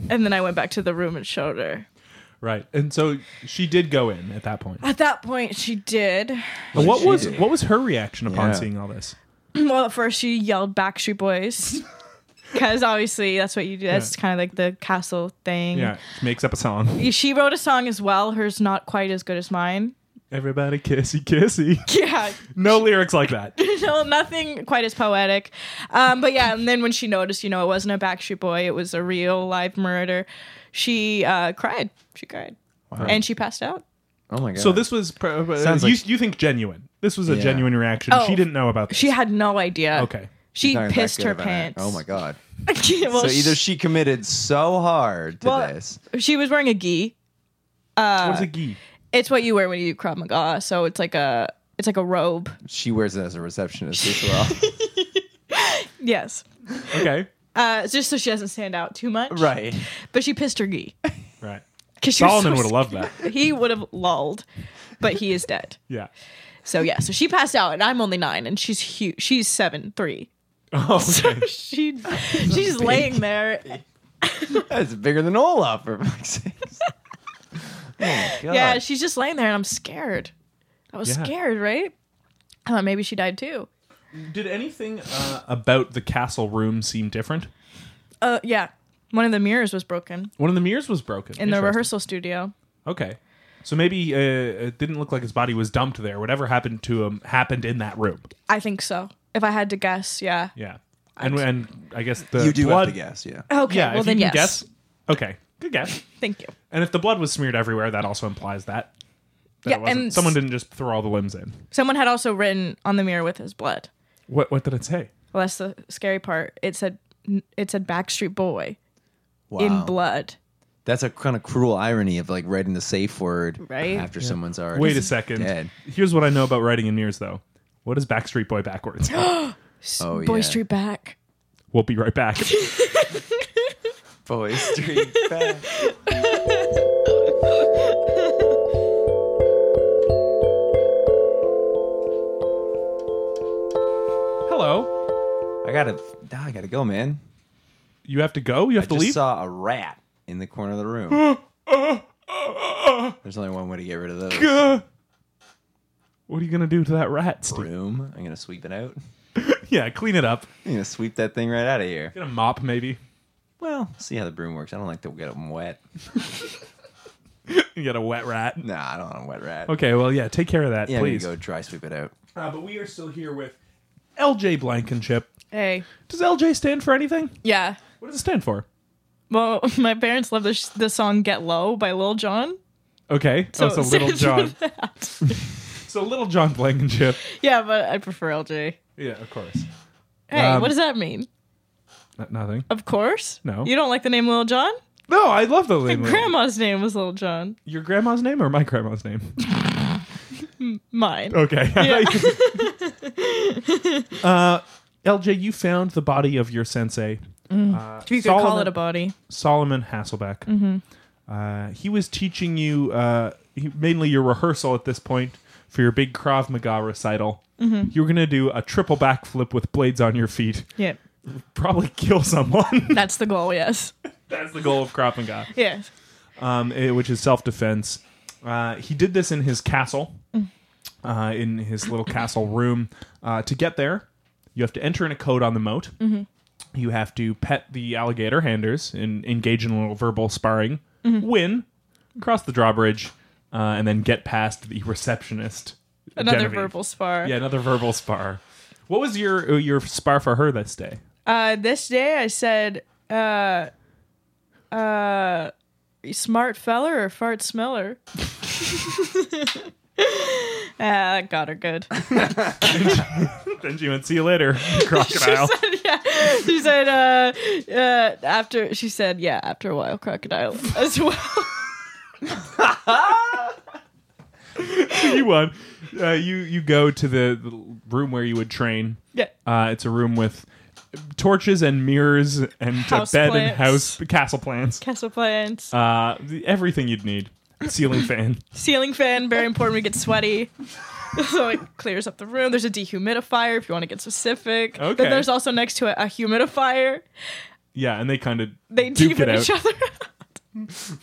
S4: and then I went back to the room and showed her.
S2: Right. And so she did go in at that point.
S4: At that point, she did.
S2: And what
S3: she
S2: was
S3: did.
S2: what was her reaction upon
S3: Yeah.
S2: seeing all this?
S4: Well, at first she yelled Backstreet Boys. Because obviously that's what you do. That's
S2: Yeah.
S4: kind of like the castle thing.
S2: Yeah, she makes up a song.
S4: She wrote a song as well. Hers not quite as good as mine.
S2: Everybody kissy kissy.
S4: Yeah,
S2: No lyrics like that.
S4: no, nothing quite as poetic. Um, but yeah, and then when she noticed, you know, it wasn't a Backstreet Boy, it was a real live murder. She uh, cried. She cried, and she passed out.
S3: Oh my god.
S2: So this was pr- uh,
S3: Sounds
S2: you,
S3: like-
S2: you think genuine. This was a
S3: Yeah.
S2: genuine reaction.
S4: Oh.
S2: she didn't know about this.
S4: She had no idea.
S2: okay.
S4: she
S3: Talking that
S4: pissed
S3: good
S4: her
S3: about it.
S4: pants.
S3: Oh my god.
S4: well,
S3: so either
S4: she,
S3: she committed so hard to
S4: Well-
S3: this.
S4: she was wearing a gi.
S2: What's a gi?
S4: It's what you wear when you do Krav Maga. So it's like a it's like a robe.
S3: She wears it as a receptionist as well.
S4: Yes.
S2: Okay.
S4: Uh, just so she doesn't stand out too much.
S3: right.
S4: But she pissed her gi.
S2: Right.
S4: 'Cause she was
S2: Solomon
S4: so
S2: would have loved that.
S4: scared. He would have lulled, but he is dead.
S2: Yeah.
S4: So yeah, so she passed out, and I'm only nine, and she's huge. She's seven three.
S2: Oh,
S4: So
S2: okay.
S4: she she's laying there.
S3: That's bigger than Olaf for fuck's sake. Oh my god.
S4: Yeah, she's just laying there, and I'm scared. I was
S2: Yeah.
S4: scared, right? I thought maybe she died too.
S2: Did anything uh, about the castle room seem different?
S4: Uh, yeah. One of the mirrors was broken
S2: One of the mirrors was broken
S4: in the
S2: Interesting.
S4: rehearsal studio.
S2: Okay, so maybe uh, it didn't look like his body was dumped there. Whatever happened to him happened in that room.
S4: I think so. If I had to guess, yeah.
S2: Yeah, and and I guess the
S3: you do
S2: blood,
S3: have to guess, yeah.
S4: Okay.
S2: Yeah,
S4: well
S2: if
S4: then,
S2: you
S4: yes.
S2: can guess. Okay, good guess.
S4: Thank you.
S2: And if the blood was smeared everywhere, that also implies that. that
S4: Yeah,
S2: it wasn't-
S4: and-
S2: someone didn't just throw all the limbs in.
S4: Someone had also written on the mirror with his blood.
S2: What what did it say?
S4: Well, that's the scary part. It said it said Backstreet Boy
S3: Wow.
S4: in blood.
S3: That's a kind of cruel irony of like writing the safe word
S4: Right?
S3: after someone's already
S2: Wait a second.
S3: dead.
S2: Here's what I know about writing in mirrors, though. What is Backstreet Boy backwards?
S3: Oh
S4: Boy
S3: yeah.
S4: Street Back.
S2: we'll be right back.
S3: Boy Street back.
S2: Hello.
S3: I gotta nah, I gotta go, man.
S2: You have to go. You have
S3: I
S2: to
S3: just
S2: leave.
S3: saw a rat in the corner of the room. There's only one way to get rid of those.
S2: Gah. what are you gonna do to that rat? Steve?
S3: Room. I'm gonna sweep it out.
S2: Yeah, clean it up.
S3: I'm gonna sweep that thing right out of here.
S2: Get a mop, maybe.
S3: Well, see how the broom works. I don't like to get them wet.
S2: You get a wet rat.
S3: Nah, I don't want a wet rat.
S2: Okay, well, yeah, take care of that,
S3: Yeah,
S2: please.
S3: I'm gonna go dry sweep it out.
S2: Uh, but we are still here with LJ Blankenship.
S4: Hey.
S2: Does LJ stand for anything?
S4: Yeah.
S2: What does it stand for?
S4: Well, my parents love the, sh- the song "Get Low" by Lil Jon.
S2: Okay, Oh, so,
S4: it
S2: so Little
S4: stands for
S2: John.
S4: that.
S2: So Little John Blankenship.
S4: yeah, but I prefer LJ.
S2: Yeah, of course.
S4: Hey,
S2: Um,
S4: what does that mean?
S2: Not, nothing.
S4: Of course.
S2: No.
S4: You don't like the name Lil Jon?
S2: No, I love the name.
S4: Grandma's name was Lil Jon.
S2: Your grandma's name or my grandma's name?
S4: Mine.
S2: Okay.
S4: Yeah.
S2: uh, LJ, you found the body of your sensei,
S4: you could call
S2: Solomon.
S4: it a body.
S2: Solomon Hasselbeck. Uh, he was teaching you uh, he- mainly your rehearsal at this point for your big Krav Maga recital. You were going to do a triple backflip with blades on your feet,
S4: Yeah.
S2: probably kill someone.
S4: That's the goal. Yes.
S2: That's the goal of Krav Maga,
S4: Yes.
S2: um, eh, which is self defense. Uh, he did this in his castle,
S4: Mm.
S2: uh, in his little castle room. Uh, to get there, you have to enter in a code on the moat.
S4: Mm-hmm.
S2: You have to pet the alligator handers and engage in a little verbal sparring,
S4: Mm-hmm.
S2: win, cross the drawbridge, uh, and then get past the receptionist.
S4: Another
S2: Genevieve.
S4: verbal spar.
S2: Yeah, another verbal spar. What was your uh, your spar for her this day?
S4: Uh, this day I said, uh, uh, smart feller or fart smeller? ah, that got her good.
S2: then she went, "See you later, crocodile."
S4: yeah. She said, uh, uh, after, she said, yeah, after a while, crocodile as well.
S2: you won. Uh, you you go to the, the room where you would train.
S4: yeah.
S2: Uh, it's a room with torches and mirrors and a
S4: House
S2: bed and house
S4: plants.
S2: castle plants.
S4: Castle plants.
S2: Uh, the- everything you'd need. Ceiling fan.
S4: Ceiling fan, very important. We get sweaty. so it clears up the room. There's a dehumidifier if you want to get specific.
S2: Okay.
S4: Then there's also next to it a humidifier.
S2: Yeah, and they kind of
S4: They
S2: duke it
S4: demon
S2: out.
S4: each other.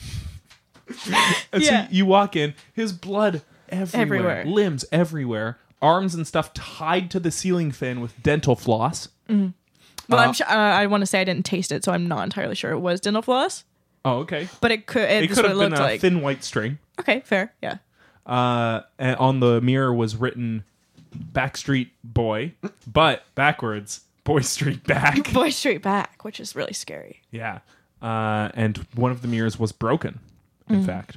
S2: And
S4: Yeah.
S2: so you walk in, his blood everywhere,
S4: Everywhere.
S2: limbs everywhere, arms and stuff tied to the ceiling fan with dental floss.
S4: well,
S2: Uh,
S4: I'm sure, uh, I want to say I didn't taste it, so I'm not entirely sure it was dental floss,
S2: Oh, okay.
S4: but it could. It,
S2: It
S4: that's
S2: could
S4: what
S2: have been
S4: it
S2: a
S4: looked like.
S2: thin white string.
S4: Okay, fair. Yeah.
S2: Uh, and on the mirror was written "Backstreet Boy," but backwards, "Boy Street Back."
S4: Boy straight back, which is really scary.
S2: yeah. Uh, and one of the mirrors was broken.
S4: Mm.
S2: In fact,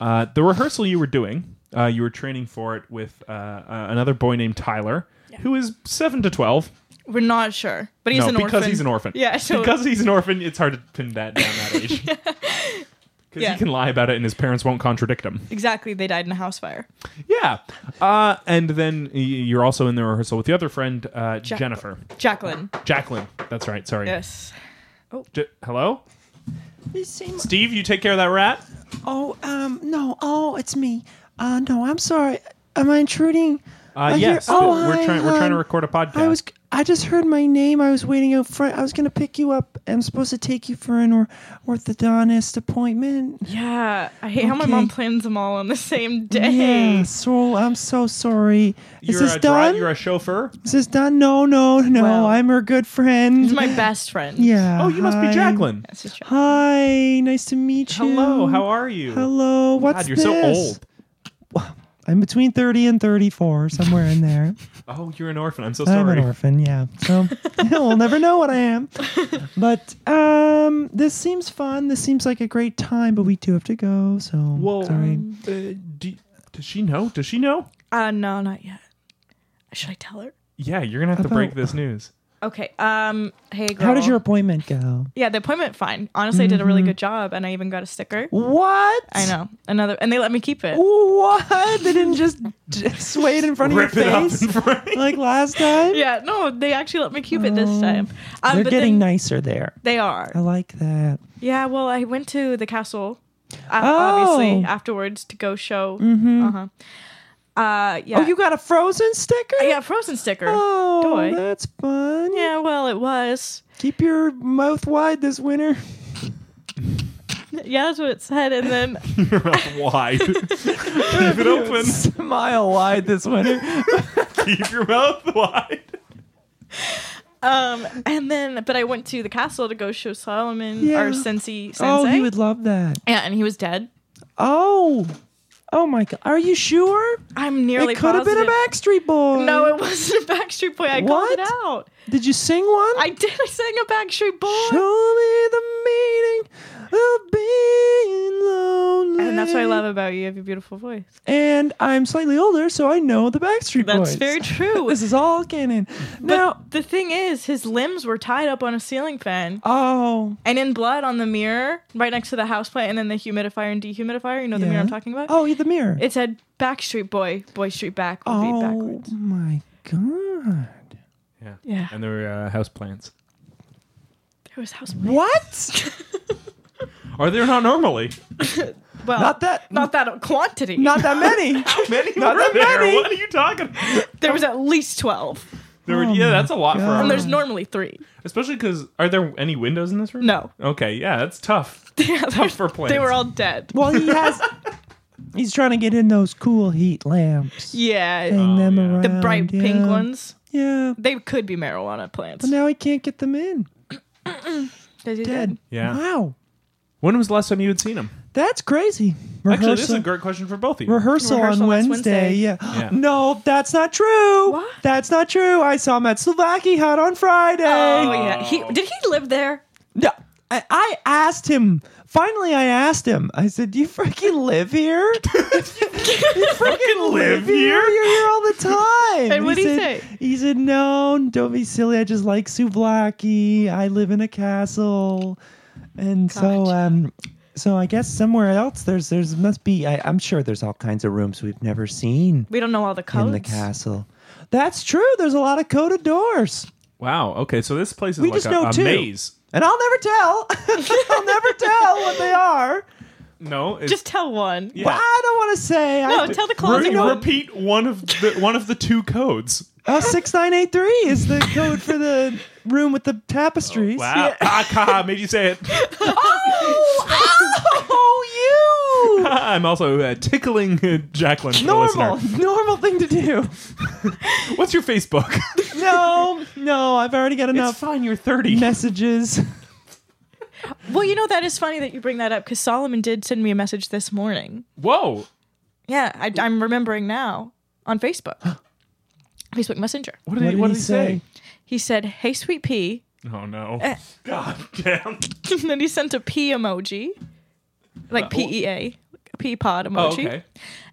S2: uh, the rehearsal you were doing, uh, you were training for it with uh, uh, another boy named Tyler, who is seven to twelve.
S4: We're not sure, but he's
S2: no,
S4: an
S2: because
S4: orphan.
S2: he's an orphan.
S4: Yeah, so
S2: because he's an orphan, it's hard to pin that down that age. Because
S4: Yeah.
S2: he can lie about it, and his parents won't contradict him.
S4: exactly they died in a house fire.
S2: Yeah, uh, and then y- you're also in the rehearsal with the other friend, uh,
S4: Jack-
S2: Jennifer,
S4: Jacqueline.
S2: Jacqueline. That's right. Sorry.
S4: Yes.
S2: J- hello,
S3: You seem
S2: Steve. You take care of that rat.
S3: Oh, um, no. Oh, it's me. Uh, no, I'm sorry. Am I intruding?
S2: Uh,
S3: I hear- Oh,
S2: yes, we're
S3: hi,
S2: trying. We're trying to
S3: hon.
S2: record a podcast.
S3: I was. I just heard my name. I was waiting out front. I was gonna pick you up. I'm supposed to take you for an or- orthodontist appointment.
S4: Yeah, I hate how my
S3: Okay.
S4: mom plans them all on the same day.
S3: Yeah. So I'm so sorry. Is
S2: you're
S3: this
S2: a dri-
S3: done?
S2: You're a chauffeur.
S3: Is this done? No, no, no.
S4: Well-
S3: I'm her good friend.
S4: She's my best friend.
S3: yeah.
S2: Oh, you must be
S3: Uh, hi.
S2: Jacqueline.
S4: That's just-
S3: Hi. Nice to meet you.
S2: Hello. How are you?
S3: Hello. What's
S2: God, you're
S3: this?
S2: so old.
S3: I'm between 30 and 34, somewhere in there.
S2: Oh, you're an orphan. I'm so
S3: I'm
S2: sorry.
S3: an orphan, yeah. So we'll never know what I am. But um, this seems fun. This seems like a great time, but we do have to go. So
S2: Well,
S3: sorry.
S2: uh, do, does she know? Does she know?
S4: Uh, no, not yet. Should I tell her?
S2: Yeah, you're gonna have to break
S3: About-
S2: this news.
S4: Okay. Um. Hey, girl.
S3: How did your Mm-hmm. appointment go?
S4: Yeah, the appointment fine. Honestly, I did a really good job, and I even got a sticker.
S3: What?
S4: I know another, and they let me keep it.
S3: What? They didn't just, just wait in front
S2: Rip
S3: of
S2: it
S3: your
S2: up in
S3: face
S2: front.
S3: like last time.
S4: Yeah. No, they actually let me keep it this time. Um,
S3: Oh. They're
S4: but
S3: getting Oh.
S4: then-
S3: nicer there.
S4: They are.
S3: I like that.
S4: Yeah. Well, I went to the castle. Uh,
S3: Oh.
S4: Obviously, afterwards to go show. Mm-hmm. Uh huh. Uh. Yeah.
S3: Oh, you got a frozen sticker?
S4: I got a frozen sticker.
S3: Oh,
S4: Toy.
S3: that's fun.
S4: Yeah. Well, it was.
S3: Keep your mouth wide this winter.
S4: Yeah, that's what it said. And then
S2: Your mouth wide. Keep it open.
S3: Smile wide this winter.
S2: Keep your mouth wide.
S4: Um, and then, but I went to the castle to go show Solomon
S3: Yeah.
S4: or Sensi Sensei.
S3: Oh, he would love that.
S4: yeah, and he was dead.
S3: Oh, oh my God! Are you sure?
S4: I'm nearly
S3: it could have been a
S4: positive-
S3: Backstreet Boy.
S4: No, it wasn't a Backstreet Boy. I called
S3: What?
S4: it out.
S3: did you sing one?
S4: I did. I sang a Backstreet Boy.
S3: Show me the meaning of being lonely.
S4: And that's what I love about you. You have a beautiful voice.
S3: And I'm slightly older, so I know the Backstreet
S4: That's
S3: Boys.
S4: very true.
S3: this is all canon. Now,
S4: the thing is, his limbs were tied up on a ceiling fan
S3: oh,
S4: and in blood on the mirror right next to the houseplant and then the humidifier and dehumidifier. You know the
S3: yeah.
S4: mirror I'm talking about?
S3: Oh, yeah, the mirror.
S4: It said Backstreet Boy, Boy Street Back would be
S3: oh
S4: backwards.
S3: my God!
S2: Yeah.
S4: Yeah.
S2: And there were uh, house plants.
S4: There was house.
S3: What?
S2: Are they not normally?
S4: Well,
S3: Not that.
S4: not that quantity.
S3: Not that many.
S2: How many
S3: Not
S2: were
S3: that
S2: there?
S3: many.
S2: What are you talking? About?
S4: There was at least 12.
S2: There were,
S3: Oh
S2: yeah,
S3: my
S2: that's a lot for.
S3: God.
S4: And
S2: Our,
S4: there's normally three.
S2: especially because are there any windows in this room?
S4: No.
S2: Okay. Yeah, that's tough.
S4: Yeah,
S2: Tough for plants.
S4: They were all dead.
S3: Well, he has. he's trying to get in those cool heat lamps.
S4: Yeah.
S3: Hang them
S2: Oh, yeah.
S3: around.
S4: the bright pink
S3: yeah.
S4: ones.
S3: Yeah.
S4: They could be marijuana plants.
S3: But now he can't get them in.
S4: 'Cause he
S3: Dead.
S4: did.
S2: Yeah.
S3: Wow.
S2: When was the last time you had seen them?
S3: That's crazy. Rehearsal.
S2: Actually, this is a great question for both of you.
S3: Rehearsal,
S4: Rehearsal
S3: on
S4: next
S3: Wednesday.
S4: Wednesday.
S3: Yeah.
S2: Yeah.
S3: No, that's not true.
S4: What?
S3: That's not true. I saw him at Slovaki Hut on Friday.
S4: Oh, yeah. He Did he live there?
S3: No, I, I asked him. Finally, I asked him. I said, "Do you freaking live here? you freaking
S2: live here?
S3: You're here all the time."
S4: And what'd he
S3: said-
S4: say?
S3: He said, "No, don't be silly. I just like souvlaki. I live in a castle, and so
S4: Gotcha.
S3: um." So I guess somewhere else there's there's must be I, I'm sure there's all kinds of rooms we've never seen
S4: We don't know all the codes.
S3: in the castle. That's true. There's a lot of coded doors.
S2: Wow. Okay. So this place is
S3: We
S2: like
S3: just
S2: a,
S3: know
S2: a
S3: two.
S2: maze.
S3: And I'll never tell. I'll never tell what they are.
S2: No. It's,
S4: Just tell one.
S2: yeah.
S3: Well, I don't want to say.
S4: No,
S3: I,
S4: tell the
S2: Re-
S4: closing one.
S2: repeat one of the one of the two codes.
S3: Oh, 6983 is the code for the room with the tapestries.
S2: Wow. Ah, Kaha made you say it.
S3: Oh, you!
S2: I'm also uh, tickling uh, Jacqueline. for the
S3: Normal,
S2: listener.
S3: normal thing to do.
S2: What's your Facebook?
S3: No, no, I've already got
S2: it's
S3: enough
S2: fine. You're 30.
S3: messages.
S4: Well, you know that is funny that you bring that up because Solomon did send me a message this morning.
S2: Whoa.
S4: Yeah, I, I'm remembering now on Facebook, Facebook Messenger.
S2: What did, he, what did he say?
S4: He said, "Hey, sweet pea,"
S2: Oh no. God damn.
S4: and then he sent a pea emoji, like P E A, pea pod emoji,
S2: Oh, okay.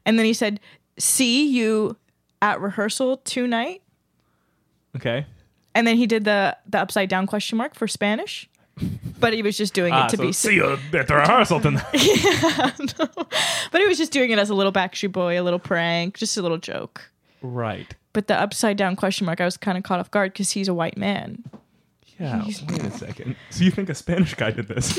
S4: and then he said, "See you at rehearsal tonight."
S2: Okay.
S4: And then he did the the upside down question mark for Spanish, but he was just doing
S2: Ah,
S4: it to
S2: so
S4: be.
S2: see you at the rehearsal tonight.
S4: But he was just doing it as a little Backstreet Boy, a little prank, just a little joke.
S2: right.
S4: But the upside down question mark, I was kind of caught off guard because he's a white man.
S2: Yeah. Wait a second. So you think a Spanish guy did this?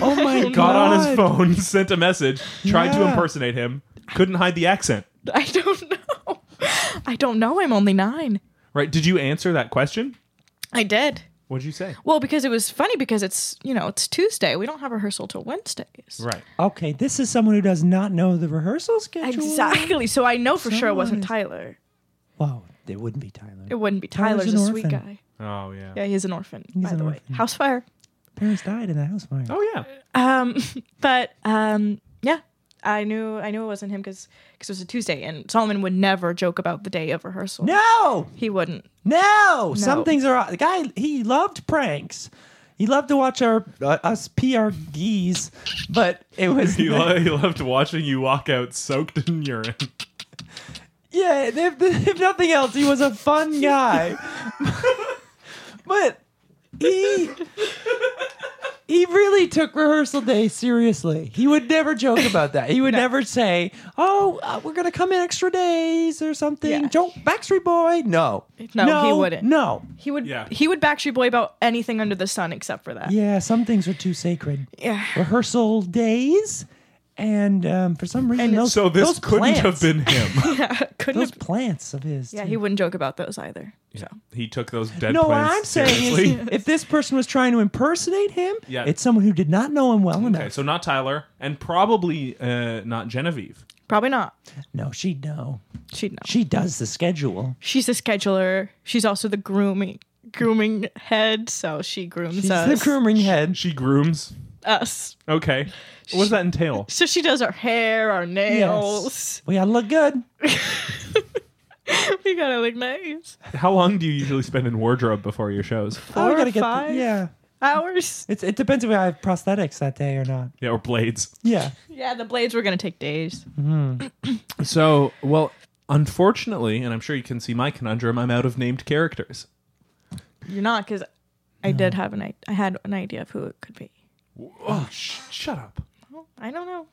S3: Oh my god.
S2: Got on his phone, sent a message, tried to
S3: Yeah.
S2: impersonate him, couldn't hide the accent.
S4: I don't know. I don't know. I'm only nine.
S2: Right? Did you answer that question?
S4: I did.
S2: What did you say?
S4: Well, because it was funny because it's you know it's Tuesday. We don't have rehearsal till Wednesdays.
S2: Right.
S3: Okay, this is someone who does not know the rehearsal schedule.
S4: Exactly. So I know for sure it wasn't
S3: Someone
S4: Tyler.
S3: Wow, it wouldn't be Tyler.
S4: It wouldn't be
S3: Tyler's
S4: Tyler's,
S3: an
S4: a sweet
S3: orphan.
S4: guy.
S2: Oh yeah.
S4: Yeah, he's an orphan. by
S3: an
S4: the
S3: orphan.
S4: way, house fire.
S3: Parents died in the house fire.
S2: Oh yeah.
S4: Um, but um, yeah, I knew I knew it wasn't him because it was a Tuesday, and Solomon would never joke about the day of rehearsal.
S3: No,
S4: he wouldn't.
S3: no, Some
S4: No.
S3: things are. The guy he loved pranks. He loved to watch our uh, us PR geese, but it was
S2: He, lo- he loved watching you walk out soaked in urine.
S3: yeah. If, if nothing else, he was a fun guy, but he he really took rehearsal day seriously. He would never joke about that. He would never say, "Oh, uh, we're gonna come in extra days" or something.
S4: Yeah.
S3: Joke, Backstreet Boy. No,
S4: No, he wouldn't.
S3: No,
S4: He would.
S2: Yeah.
S4: He would Backstreet Boy about anything under the sun except for that.
S3: Yeah, some things are too sacred.
S4: Yeah.
S3: Rehearsal days, and um, for some reason, those
S2: So this
S3: those
S2: couldn't
S3: plants,
S2: have been him.
S4: Couldn't.
S3: those
S4: Have,
S3: plants of his.
S4: yeah,
S3: too.
S4: he wouldn't joke about those either. So
S2: he took those dead
S3: No, what
S2: plants
S3: I'm saying
S2: seriously.
S3: is, if this person was trying to impersonate him,
S2: Yeah.
S3: it's someone who did not know him well
S2: Okay,
S3: enough.
S2: so not Tyler, and probably uh, not Genevieve.
S4: probably not.
S3: No, she'd know.
S4: She'd know.
S3: She does the schedule.
S4: She's a scheduler. She's also the grooming grooming head, so she grooms
S3: She's
S4: us.
S3: the grooming head.
S2: She grooms.
S4: us.
S2: Okay, what does that entail?
S4: So she does our hair, our nails.
S3: Yes. We gotta look good.
S4: we gotta look nice.
S2: How long do you usually spend in wardrobe before your shows?
S3: oh,
S4: Four
S3: we
S4: or
S3: gotta get.
S4: five?
S3: The, yeah.
S4: Hours.
S3: It's, it depends if I have prosthetics that day or not.
S2: Yeah, or blades.
S3: Yeah.
S4: Yeah, the blades were gonna take days.
S2: So, well, unfortunately, and I'm sure you can see my conundrum. I'm out of named characters.
S4: You're not because I did have an I, I had an idea of who it could be.
S2: Oh, sh- shut up!
S4: I don't know.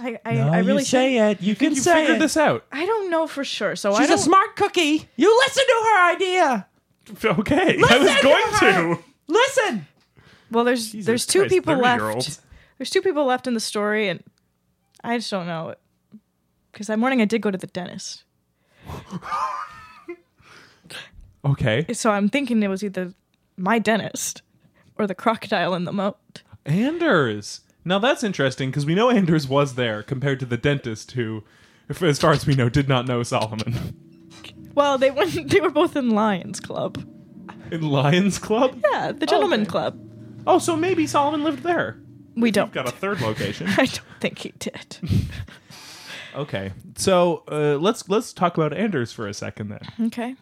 S4: I I,
S3: No,
S4: I really
S3: you say
S4: should-
S3: it. You, can
S2: You
S3: say
S2: figured
S3: it.
S2: this out.
S4: I don't know for sure. So I
S3: She's a
S4: don't.
S3: smart cookie. You listen to her idea.
S2: Okay, I was
S3: Listen to
S2: going to.
S3: Listen.
S4: well, there's there's two
S2: Christ,
S4: people
S2: 30-year-olds.
S4: left. There's two people left in the story, and I just don't know. Because that morning I did go to the dentist,
S2: Okay,
S4: so I'm thinking it was either my dentist or the crocodile in the moat.
S2: Anders. Now that's interesting because we know Anders was there compared to the dentist who, if- as far as we know, did not know Solomon
S4: Well, they went. They were both in Lions Club.
S2: in Lions Club.
S4: Yeah, the Gentleman
S2: okay.
S4: Club.
S2: Oh, so maybe Solomon lived there.
S4: We don't.
S2: Got a third location.
S4: I don't think he did.
S2: Okay, so uh, let's let's talk about Anders for a second. Then
S4: Okay.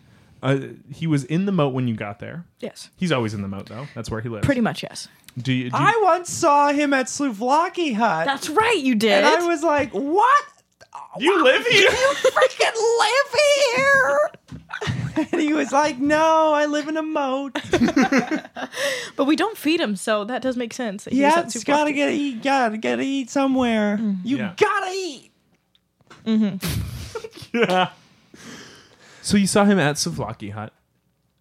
S2: uh, he was in the moat when you got there.
S4: Yes.
S2: He's always in the moat though. That's where he lives.
S4: Pretty much yes.
S2: Do you, do you-
S3: I once saw him at Slouvlaki Hut,
S4: That's right. You did.
S3: and I was like, "What?
S2: you live here?
S3: Freaking live here?" and he was like, "No, I live in a moat."
S4: But we don't feed him, so that does make sense. that he was
S3: yeah,
S4: at Mm.
S3: it's
S4: Super
S3: gotta
S4: Hockey.
S3: get eat. Gotta get eat somewhere. You
S2: Yeah.
S3: gotta eat.
S2: yeah. So you saw him at Savlaki Hut.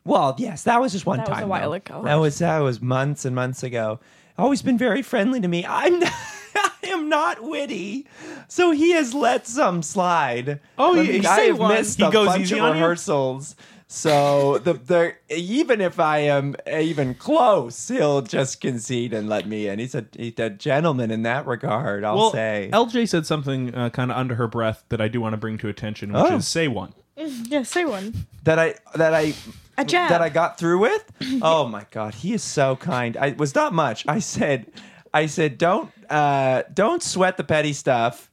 S3: Well, yes, that was just one
S4: That
S3: time.
S4: was a while
S3: though.
S4: ago.
S3: That was that was months and months ago. Always been very friendly to me. I'm not, I am not witty, so he has let some slide.
S2: Oh,
S3: Let
S2: he-
S3: me-
S2: he
S3: I
S2: say
S3: have
S2: one.
S3: missed
S2: He
S3: a
S2: goes
S3: bunch
S2: easy
S3: of
S2: on you?
S3: rehearsals. So the the even if I am even close, he'll just concede and let me in. He's a he's a gentleman in that regard. I'll
S2: Well,
S3: say.
S2: LJ said something uh, kind of under her breath that I do want to bring to attention, which
S3: Oh.
S2: is say one.
S4: Yeah, say one.
S3: that I that I
S4: A jab.
S3: that I got through with. Oh my god, he is so kind. I was not much. I said, I said, don't uh, don't sweat the petty stuff,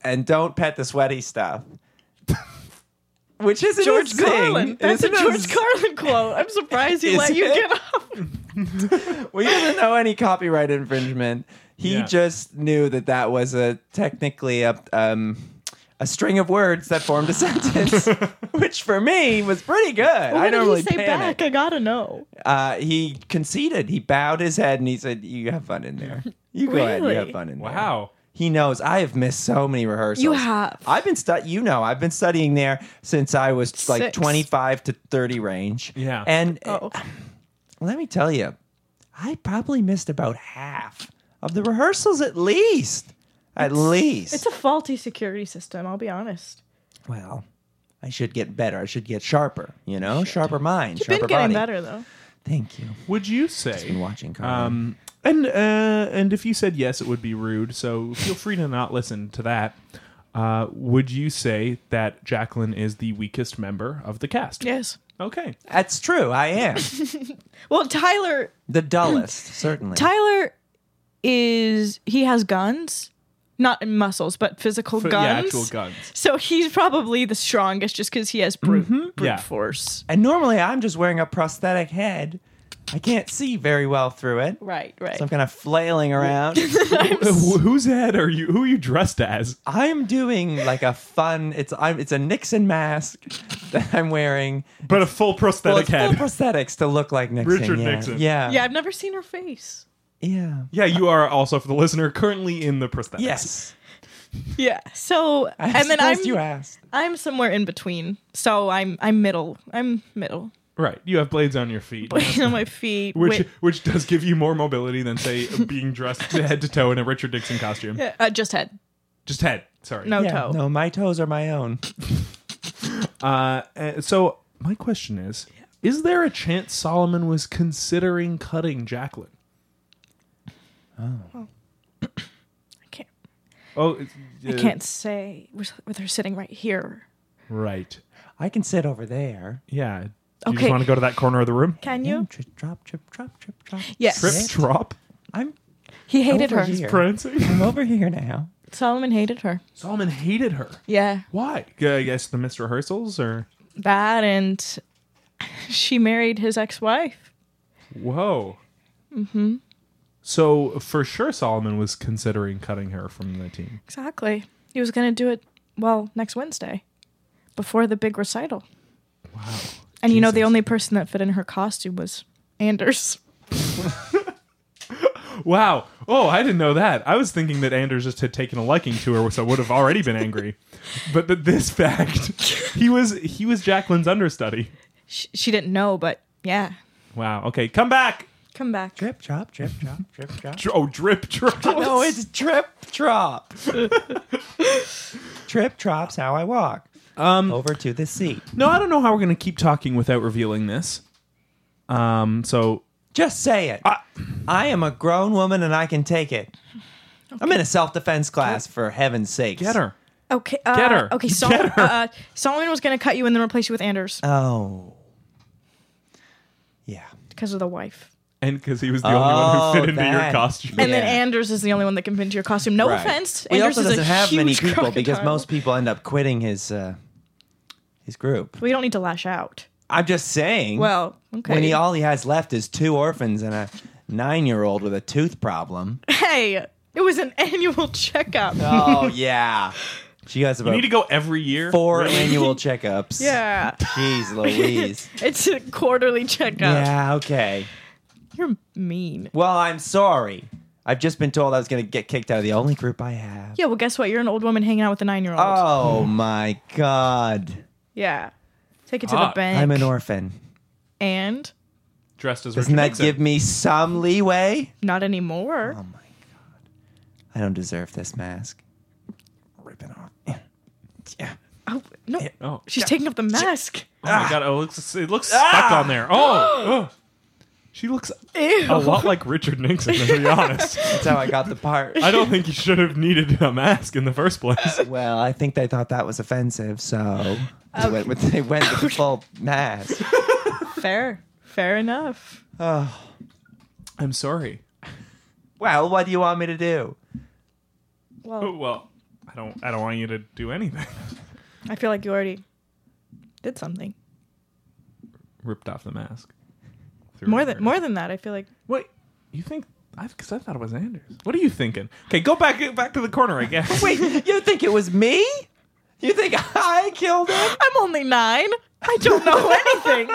S3: and don't pet the sweaty stuff. Which isn't a
S4: George
S3: zing.
S4: Carlin. That's a
S3: Isn't
S4: George
S3: z-
S4: Carlin quote. I'm surprised he
S3: Is
S4: let you
S3: it?
S4: get off.
S3: Well, he doesn't know any copyright infringement. He
S2: Yeah.
S3: just knew that that was a technically a um, a string of words that formed a sentence, which for me was pretty good. I
S4: What did
S3: normally
S4: he say
S3: panic.
S4: back? I gotta know.
S3: uh, he conceded. He bowed his head and he said, "You have fun in there. You go ahead. You
S4: Really?
S3: have fun in there."
S2: Wow.
S3: He knows I have missed so many rehearsals.
S4: You have.
S3: I've been stu- You know, I've been studying there since I was like
S4: Six.
S3: twenty-five to thirty range.
S2: Yeah.
S3: and eh,
S4: Oh,
S3: let me tell you, I probably missed about half of the rehearsals at least. At least.
S4: it's a faulty security system. I'll be honest.
S3: well, I should get better. I should get sharper, you know? Sharper mind,
S4: You've
S3: sharper
S4: been getting
S3: body.
S4: better though.
S3: Thank you.
S2: Would you
S3: Been
S2: say?
S3: watching Carmen.
S2: Um, and uh, and if you said yes, it would be rude. So feel free to not listen to that. Uh, would you say that Jacqueline is the weakest member of the cast?
S4: Yes.
S2: Okay.
S3: That's true. I am.
S4: Well, Tyler
S3: the dullest, certainly.
S4: Tyler is he has guns, not in muscles, but physical
S2: But,
S4: guns.
S2: Yeah, actual guns.
S4: So he's probably the strongest, just because he has brute,
S3: Mm-hmm.
S4: brute
S2: yeah.
S4: force.
S3: and normally I'm just wearing a prosthetic head. I can't see very well through it.
S4: Right, right.
S3: So I'm kind of flailing around.
S2: Wh- Whose head are you? Who are you dressed as?
S3: I'm doing like a fun. It's I'm it's a Nixon mask that I'm wearing.
S2: But a full
S3: Well,
S2: prosthetic
S3: it's full
S2: head.
S3: prosthetics to look like Nixon.
S2: Richard
S3: yeah.
S2: Nixon.
S3: Yeah.
S4: yeah, I've never seen her face.
S3: Yeah.
S2: yeah, you are also for the listener currently in the prosthetics.
S3: Yes.
S4: Yeah. So
S3: I
S4: and then I'm
S3: suppose you asked.
S4: I'm somewhere in between. So I'm I'm middle. I'm middle.
S2: Right. You have blades on your feet.
S4: Wait on my feet.
S2: Which
S4: wait-
S2: which does give you more mobility than say being dressed to head to toe in a Richard Nixon costume.
S4: uh, just head.
S2: Just head. Sorry.
S4: No
S3: Yeah.
S4: Oh, toe.
S3: No, my toes are my own.
S2: Uh, uh, so my question is: Is there a chance Solomon was considering cutting Jacqueline?
S4: I can't.
S2: Oh, it's-
S4: I
S2: uh,
S4: can't say with, with her sitting right here.
S2: Right.
S3: I can sit over there.
S2: Yeah. You just
S4: Okay.
S2: want to go to that corner of the room?
S4: Can
S3: Yeah,
S4: you?
S3: trip, drop, trip, drop, trip, drop.
S4: Yes.
S2: Trip,
S3: Sit.
S2: drop,
S3: I'm
S4: He hated
S3: over
S4: her.
S3: here.
S2: prancing.
S3: I'm over here now.
S4: Solomon hated her.
S2: Solomon hated her.
S4: Yeah.
S2: Why? I guess the missed rehearsals or
S4: That and she married his ex-wife.
S2: whoa. Mm-hmm. So for sure, Solomon was considering cutting her from the team.
S4: Exactly. He was going to do it well next Wednesday before the big recital.
S2: Wow.
S4: And you know the
S2: Jesus.
S4: only person that fit in her costume was Anders.
S2: Wow. Oh, I didn't know that. I was thinking that Anders just had taken a liking to her, so would have already been angry. but that this fact, he was he was Jacqueline's understudy.
S4: She, she didn't know, but yeah.
S2: Wow. Okay, come back.
S4: Come back.
S3: Trip, drop, trip, drop, trip, drop.
S2: Dr- Oh, drip, drip.
S3: No, it's trip, drop. trip, drops how I walk. Um, over to the seat.
S2: No, I don't know how we're gonna keep talking without revealing this. Um. So
S3: Just say it. I, am a grown woman and I can take it. I'm in a self defense class, for heaven's sake.
S2: get her.
S4: Okay. Uh,
S2: Get her.
S4: Okay.
S2: Get
S4: Sol-
S2: her.
S4: Uh, Solomon was going to cut you and then replace you with Anders
S3: Oh. Yeah.
S4: because of the wife.
S2: And because he was the only one who
S3: Oh,
S2: fit into your
S3: that.
S2: costume.
S4: And then
S3: Yeah.
S4: Anders is the only one that can fit into your costume. No
S3: Right.
S4: offense.
S3: Well, he
S4: Anders
S3: also
S4: is a
S3: doesn't have
S4: huge
S3: many people because
S4: crocodile.
S3: most people end up quitting his uh, his group.
S4: We don't need to lash out.
S3: I'm just saying.
S4: Well, okay.
S3: when he all he has left is two orphans and a nine year old with a tooth problem.
S4: hey, it was an annual checkup.
S3: Oh yeah, she has
S2: you
S3: about
S2: need to go every year.
S3: four
S2: Really?
S3: annual checkups.
S4: Yeah.
S3: Jeez Louise.
S4: It's a quarterly checkup.
S3: yeah. Okay.
S4: You're mean.
S3: Well, I'm sorry. I've just been told I was going to get kicked out of the only group I have.
S4: Yeah, well, guess what? You're an old woman hanging out with a nine year old.
S3: Oh my God.
S4: yeah. Take it to
S2: Fuck.
S4: the bank.
S3: I'm an orphan.
S4: And
S2: dressed as
S3: Doesn't
S2: Richard
S3: that
S2: Nixon.
S3: give me some leeway?
S4: not anymore.
S3: Um, I don't deserve this mask. Ripping off. Yeah.
S4: Oh, no.
S2: Oh.
S4: She's taking up the mask.
S2: Oh
S3: Ah.
S2: my god! Oh, it looks it looks stuck on there. Oh, oh. she looks
S4: Ew.
S2: a lot like Richard Nixon. To be honest,
S3: That's how I got the part.
S2: I don't think you should have needed a mask in the first place.
S3: well, I think they thought that was offensive, so
S4: Oh.
S3: they went with, they went with the full mask.
S4: Fair. Fair enough.
S2: I'm sorry.
S3: Well, what do you want me to do?
S2: Oh,
S4: Well,
S2: well, I don't. I don't want you to do anything.
S4: I feel like you already did something.
S2: Ripped off the mask. Threw it
S4: More
S2: in
S4: than
S2: her-
S4: more than that, I feel like
S2: Wait, you think? I because I thought it was Anders. What are you thinking? Okay, go back back to the corner. I guess.
S3: Wait, you think it was me? You think I killed him?
S4: I'm only 9. I don't know anything.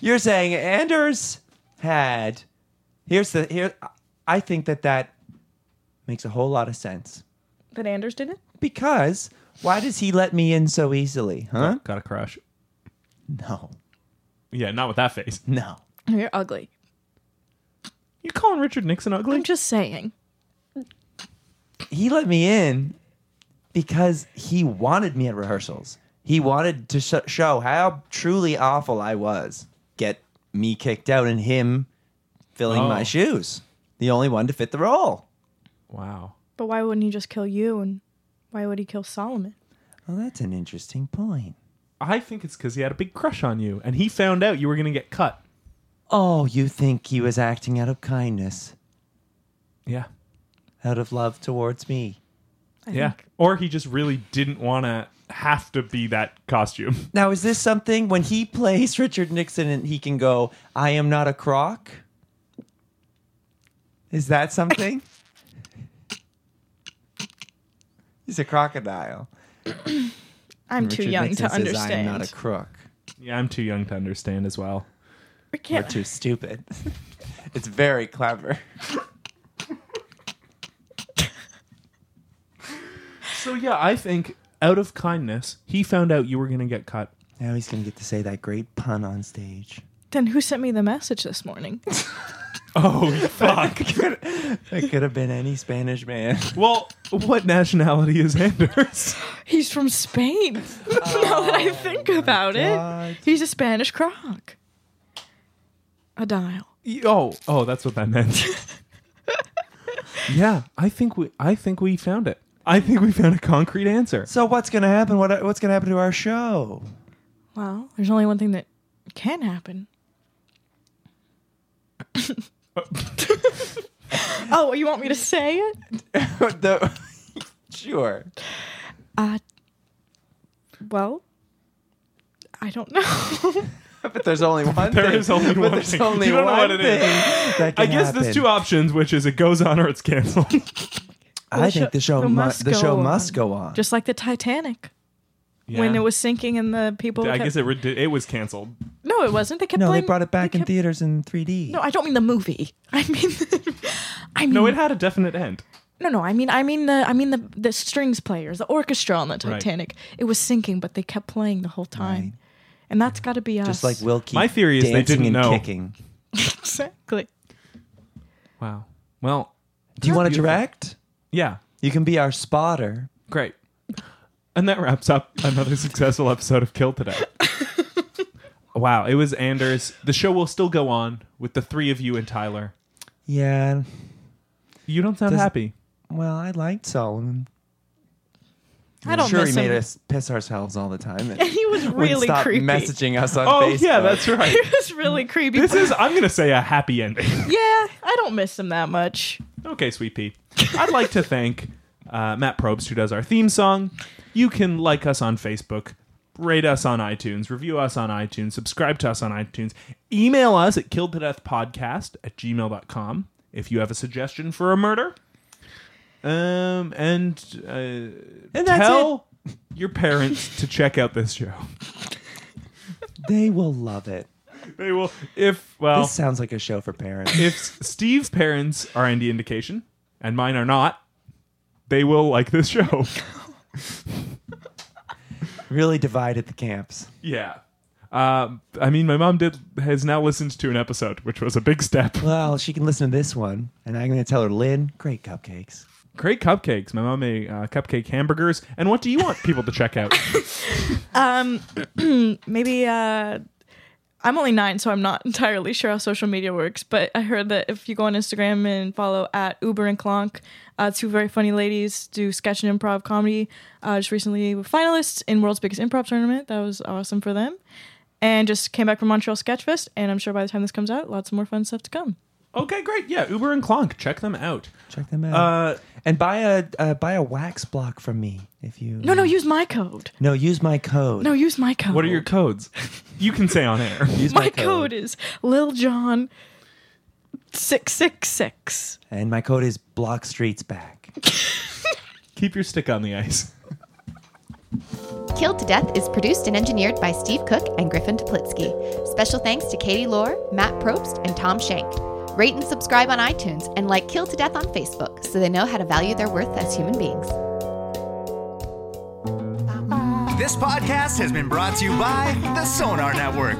S3: You're saying Anders had. Here's the here. I think that that makes a whole lot of sense
S4: But Anders did it?
S3: because why does he let me in so easily? Huh?
S2: Got a crush.
S3: No,
S2: Yeah, not with that face.
S3: no.
S4: You're ugly.
S2: You calling Richard Nixon ugly?
S4: I'm just saying.
S3: he let me in because he wanted me at rehearsals. He wanted to sh- show how truly awful I was. Get me kicked out and him filling
S2: Oh.
S3: my shoes. The only one to fit the role.
S2: Wow.
S4: But why wouldn't he just kill you and why would he kill Solomon?
S3: Well, Oh, that's an interesting point.
S2: I think it's because he had a big crush on you, and he found out you were gonna get cut.
S3: Oh, you think he was acting out of kindness,
S2: Yeah.
S3: out of love towards me?
S4: I
S2: Yeah.
S4: think.
S2: Or he just really didn't want to have to be that costume.
S3: Now, is this something when he plays Richard Nixon and he can go, I am not a croc? Is that something? He's a crocodile.
S4: I'm too young to understand.
S3: I'm not a crook.
S2: Yeah, I'm too young to understand as well.
S4: we
S3: You're
S4: can't.
S3: too stupid. it's very clever.
S2: So yeah, I think out of kindness, he found out you were gonna get cut.
S3: Now he's going to get to say that great pun on stage.
S4: Then who sent me the message this morning?
S2: Oh fuck.
S3: It could have been any Spanish man.
S2: well, what nationality is Anders?
S4: He's from Spain. now that I think about
S3: Oh God.
S4: it, he's a Spanish croc. A dial.
S2: oh, oh, that's what that meant. yeah, I think we, I think we found it. I think we found a concrete answer.
S3: So what's going to happen? What, what's going to happen to our show?
S4: Well, there's only one thing that can happen. oh, you want me to say it?
S3: The- sure.
S4: Uh, well, I don't know.
S3: But there's only one
S2: There
S3: thing.
S2: is only
S3: but
S2: one
S3: there's
S2: thing.
S3: only
S2: You don't know
S3: one
S2: what it is.
S3: thing that
S2: I
S3: can
S2: guess there's
S3: happen.
S2: two options, which is it goes on or it's canceled.
S3: I think the show
S4: It
S3: mu-
S4: must
S3: the show
S4: go
S3: must
S4: on.
S3: go on.
S4: Just like the Titanic when it was sinking and the people.
S2: I
S4: kept-
S2: guess it, re- it was canceled.
S4: no, it wasn't. They kept.
S3: no, they
S4: blaming-
S3: brought it back in
S4: kept-
S3: theaters in 3D.
S4: No, I don't mean the movie. I mean, I mean
S2: No, it had a definite end.
S4: No, no. I mean, I mean the, I mean the the strings players, the orchestra on the
S2: Right.
S4: Titanic. It was sinking, but they kept playing the whole time,
S3: Right.
S4: and that's got to be us.
S3: just like Wilkie.
S2: My theory is they
S3: dancing
S2: didn't
S3: and
S2: know.
S3: Kicking.
S4: exactly.
S2: Wow. Well,
S3: Do you want to
S2: beautiful.
S3: direct?
S2: yeah,
S3: You can be our spotter.
S2: great. And that wraps up another successful episode of Kill Today. wow, it was Anders. The show will still go on with the three of you and Tyler.
S3: Yeah.
S2: You don't sound
S3: Does-
S2: happy.
S3: Well, I liked Solomon.
S4: I don't
S3: am sure
S4: miss
S3: he made
S4: him.
S3: us piss ourselves all the time. And
S4: And he was
S3: wouldn't
S4: really
S3: stop
S4: creepy.
S3: messaging us on
S2: Oh,
S3: Facebook.
S2: yeah, that's right.
S4: He was really creepy.
S2: This is, I'm going to say, a happy ending.
S4: yeah, I don't miss him that much.
S2: Okay, sweet pea. I'd like to thank uh, Matt Probst, who does our theme song. You can like us on Facebook, rate us on iTunes, review us on iTunes, subscribe to us on iTunes, email us at killedtodeathpodcast at gmail.com if you have a suggestion for a murder. Um, and, uh,
S3: And that's
S2: tell your parents to check out this show.
S3: it. They will love it.
S2: They will, if, well,
S3: This sounds like a show for parents.
S2: if Steve's parents are any indication, and mine are not, they will like this show.
S3: really divided the camps.
S2: Yeah. Um, I mean, my mom did has now listened to an episode, which was a big step.
S3: Well, she can listen to this one, and I'm going to tell her, Lynn, great cupcakes.
S2: Great cupcakes. My mom made uh, cupcake hamburgers. And what do you want people to check out?
S4: Maybe uh, I'm only nine, so I'm not entirely sure how social media works. But I heard that if you go on Instagram and follow at Uber and Clonk, uh, two very funny ladies do sketch and improv comedy. Uh, just recently were finalists in World's Biggest Improv Tournament. That was awesome for them. And just came back from Montreal Sketchfest, and I'm sure by the time this comes out, lots more fun stuff to come.
S2: okay, great. Yeah, Uber and Clonk. Check them out.
S3: Check them out.
S2: Uh,
S3: and buy a uh, buy a wax block from me if you.
S4: No, no, use my code.
S3: No, use my code.
S4: No, use my code.
S2: what are your codes? You can say on air.
S3: use
S4: my, code. is Lil John six six six.
S3: and my code is block streets back.
S2: Keep your stick on the ice.
S5: Killed to Death is produced and engineered by Steve Cook and Griffin Toplitsky. Special thanks to Katie Lohr, Matt Probst, and Tom Shank. Rate and subscribe on iTunes and like Killed to Death on Facebook so they know how to value their worth as human beings.
S6: This podcast has been brought to you by the Sonar Network.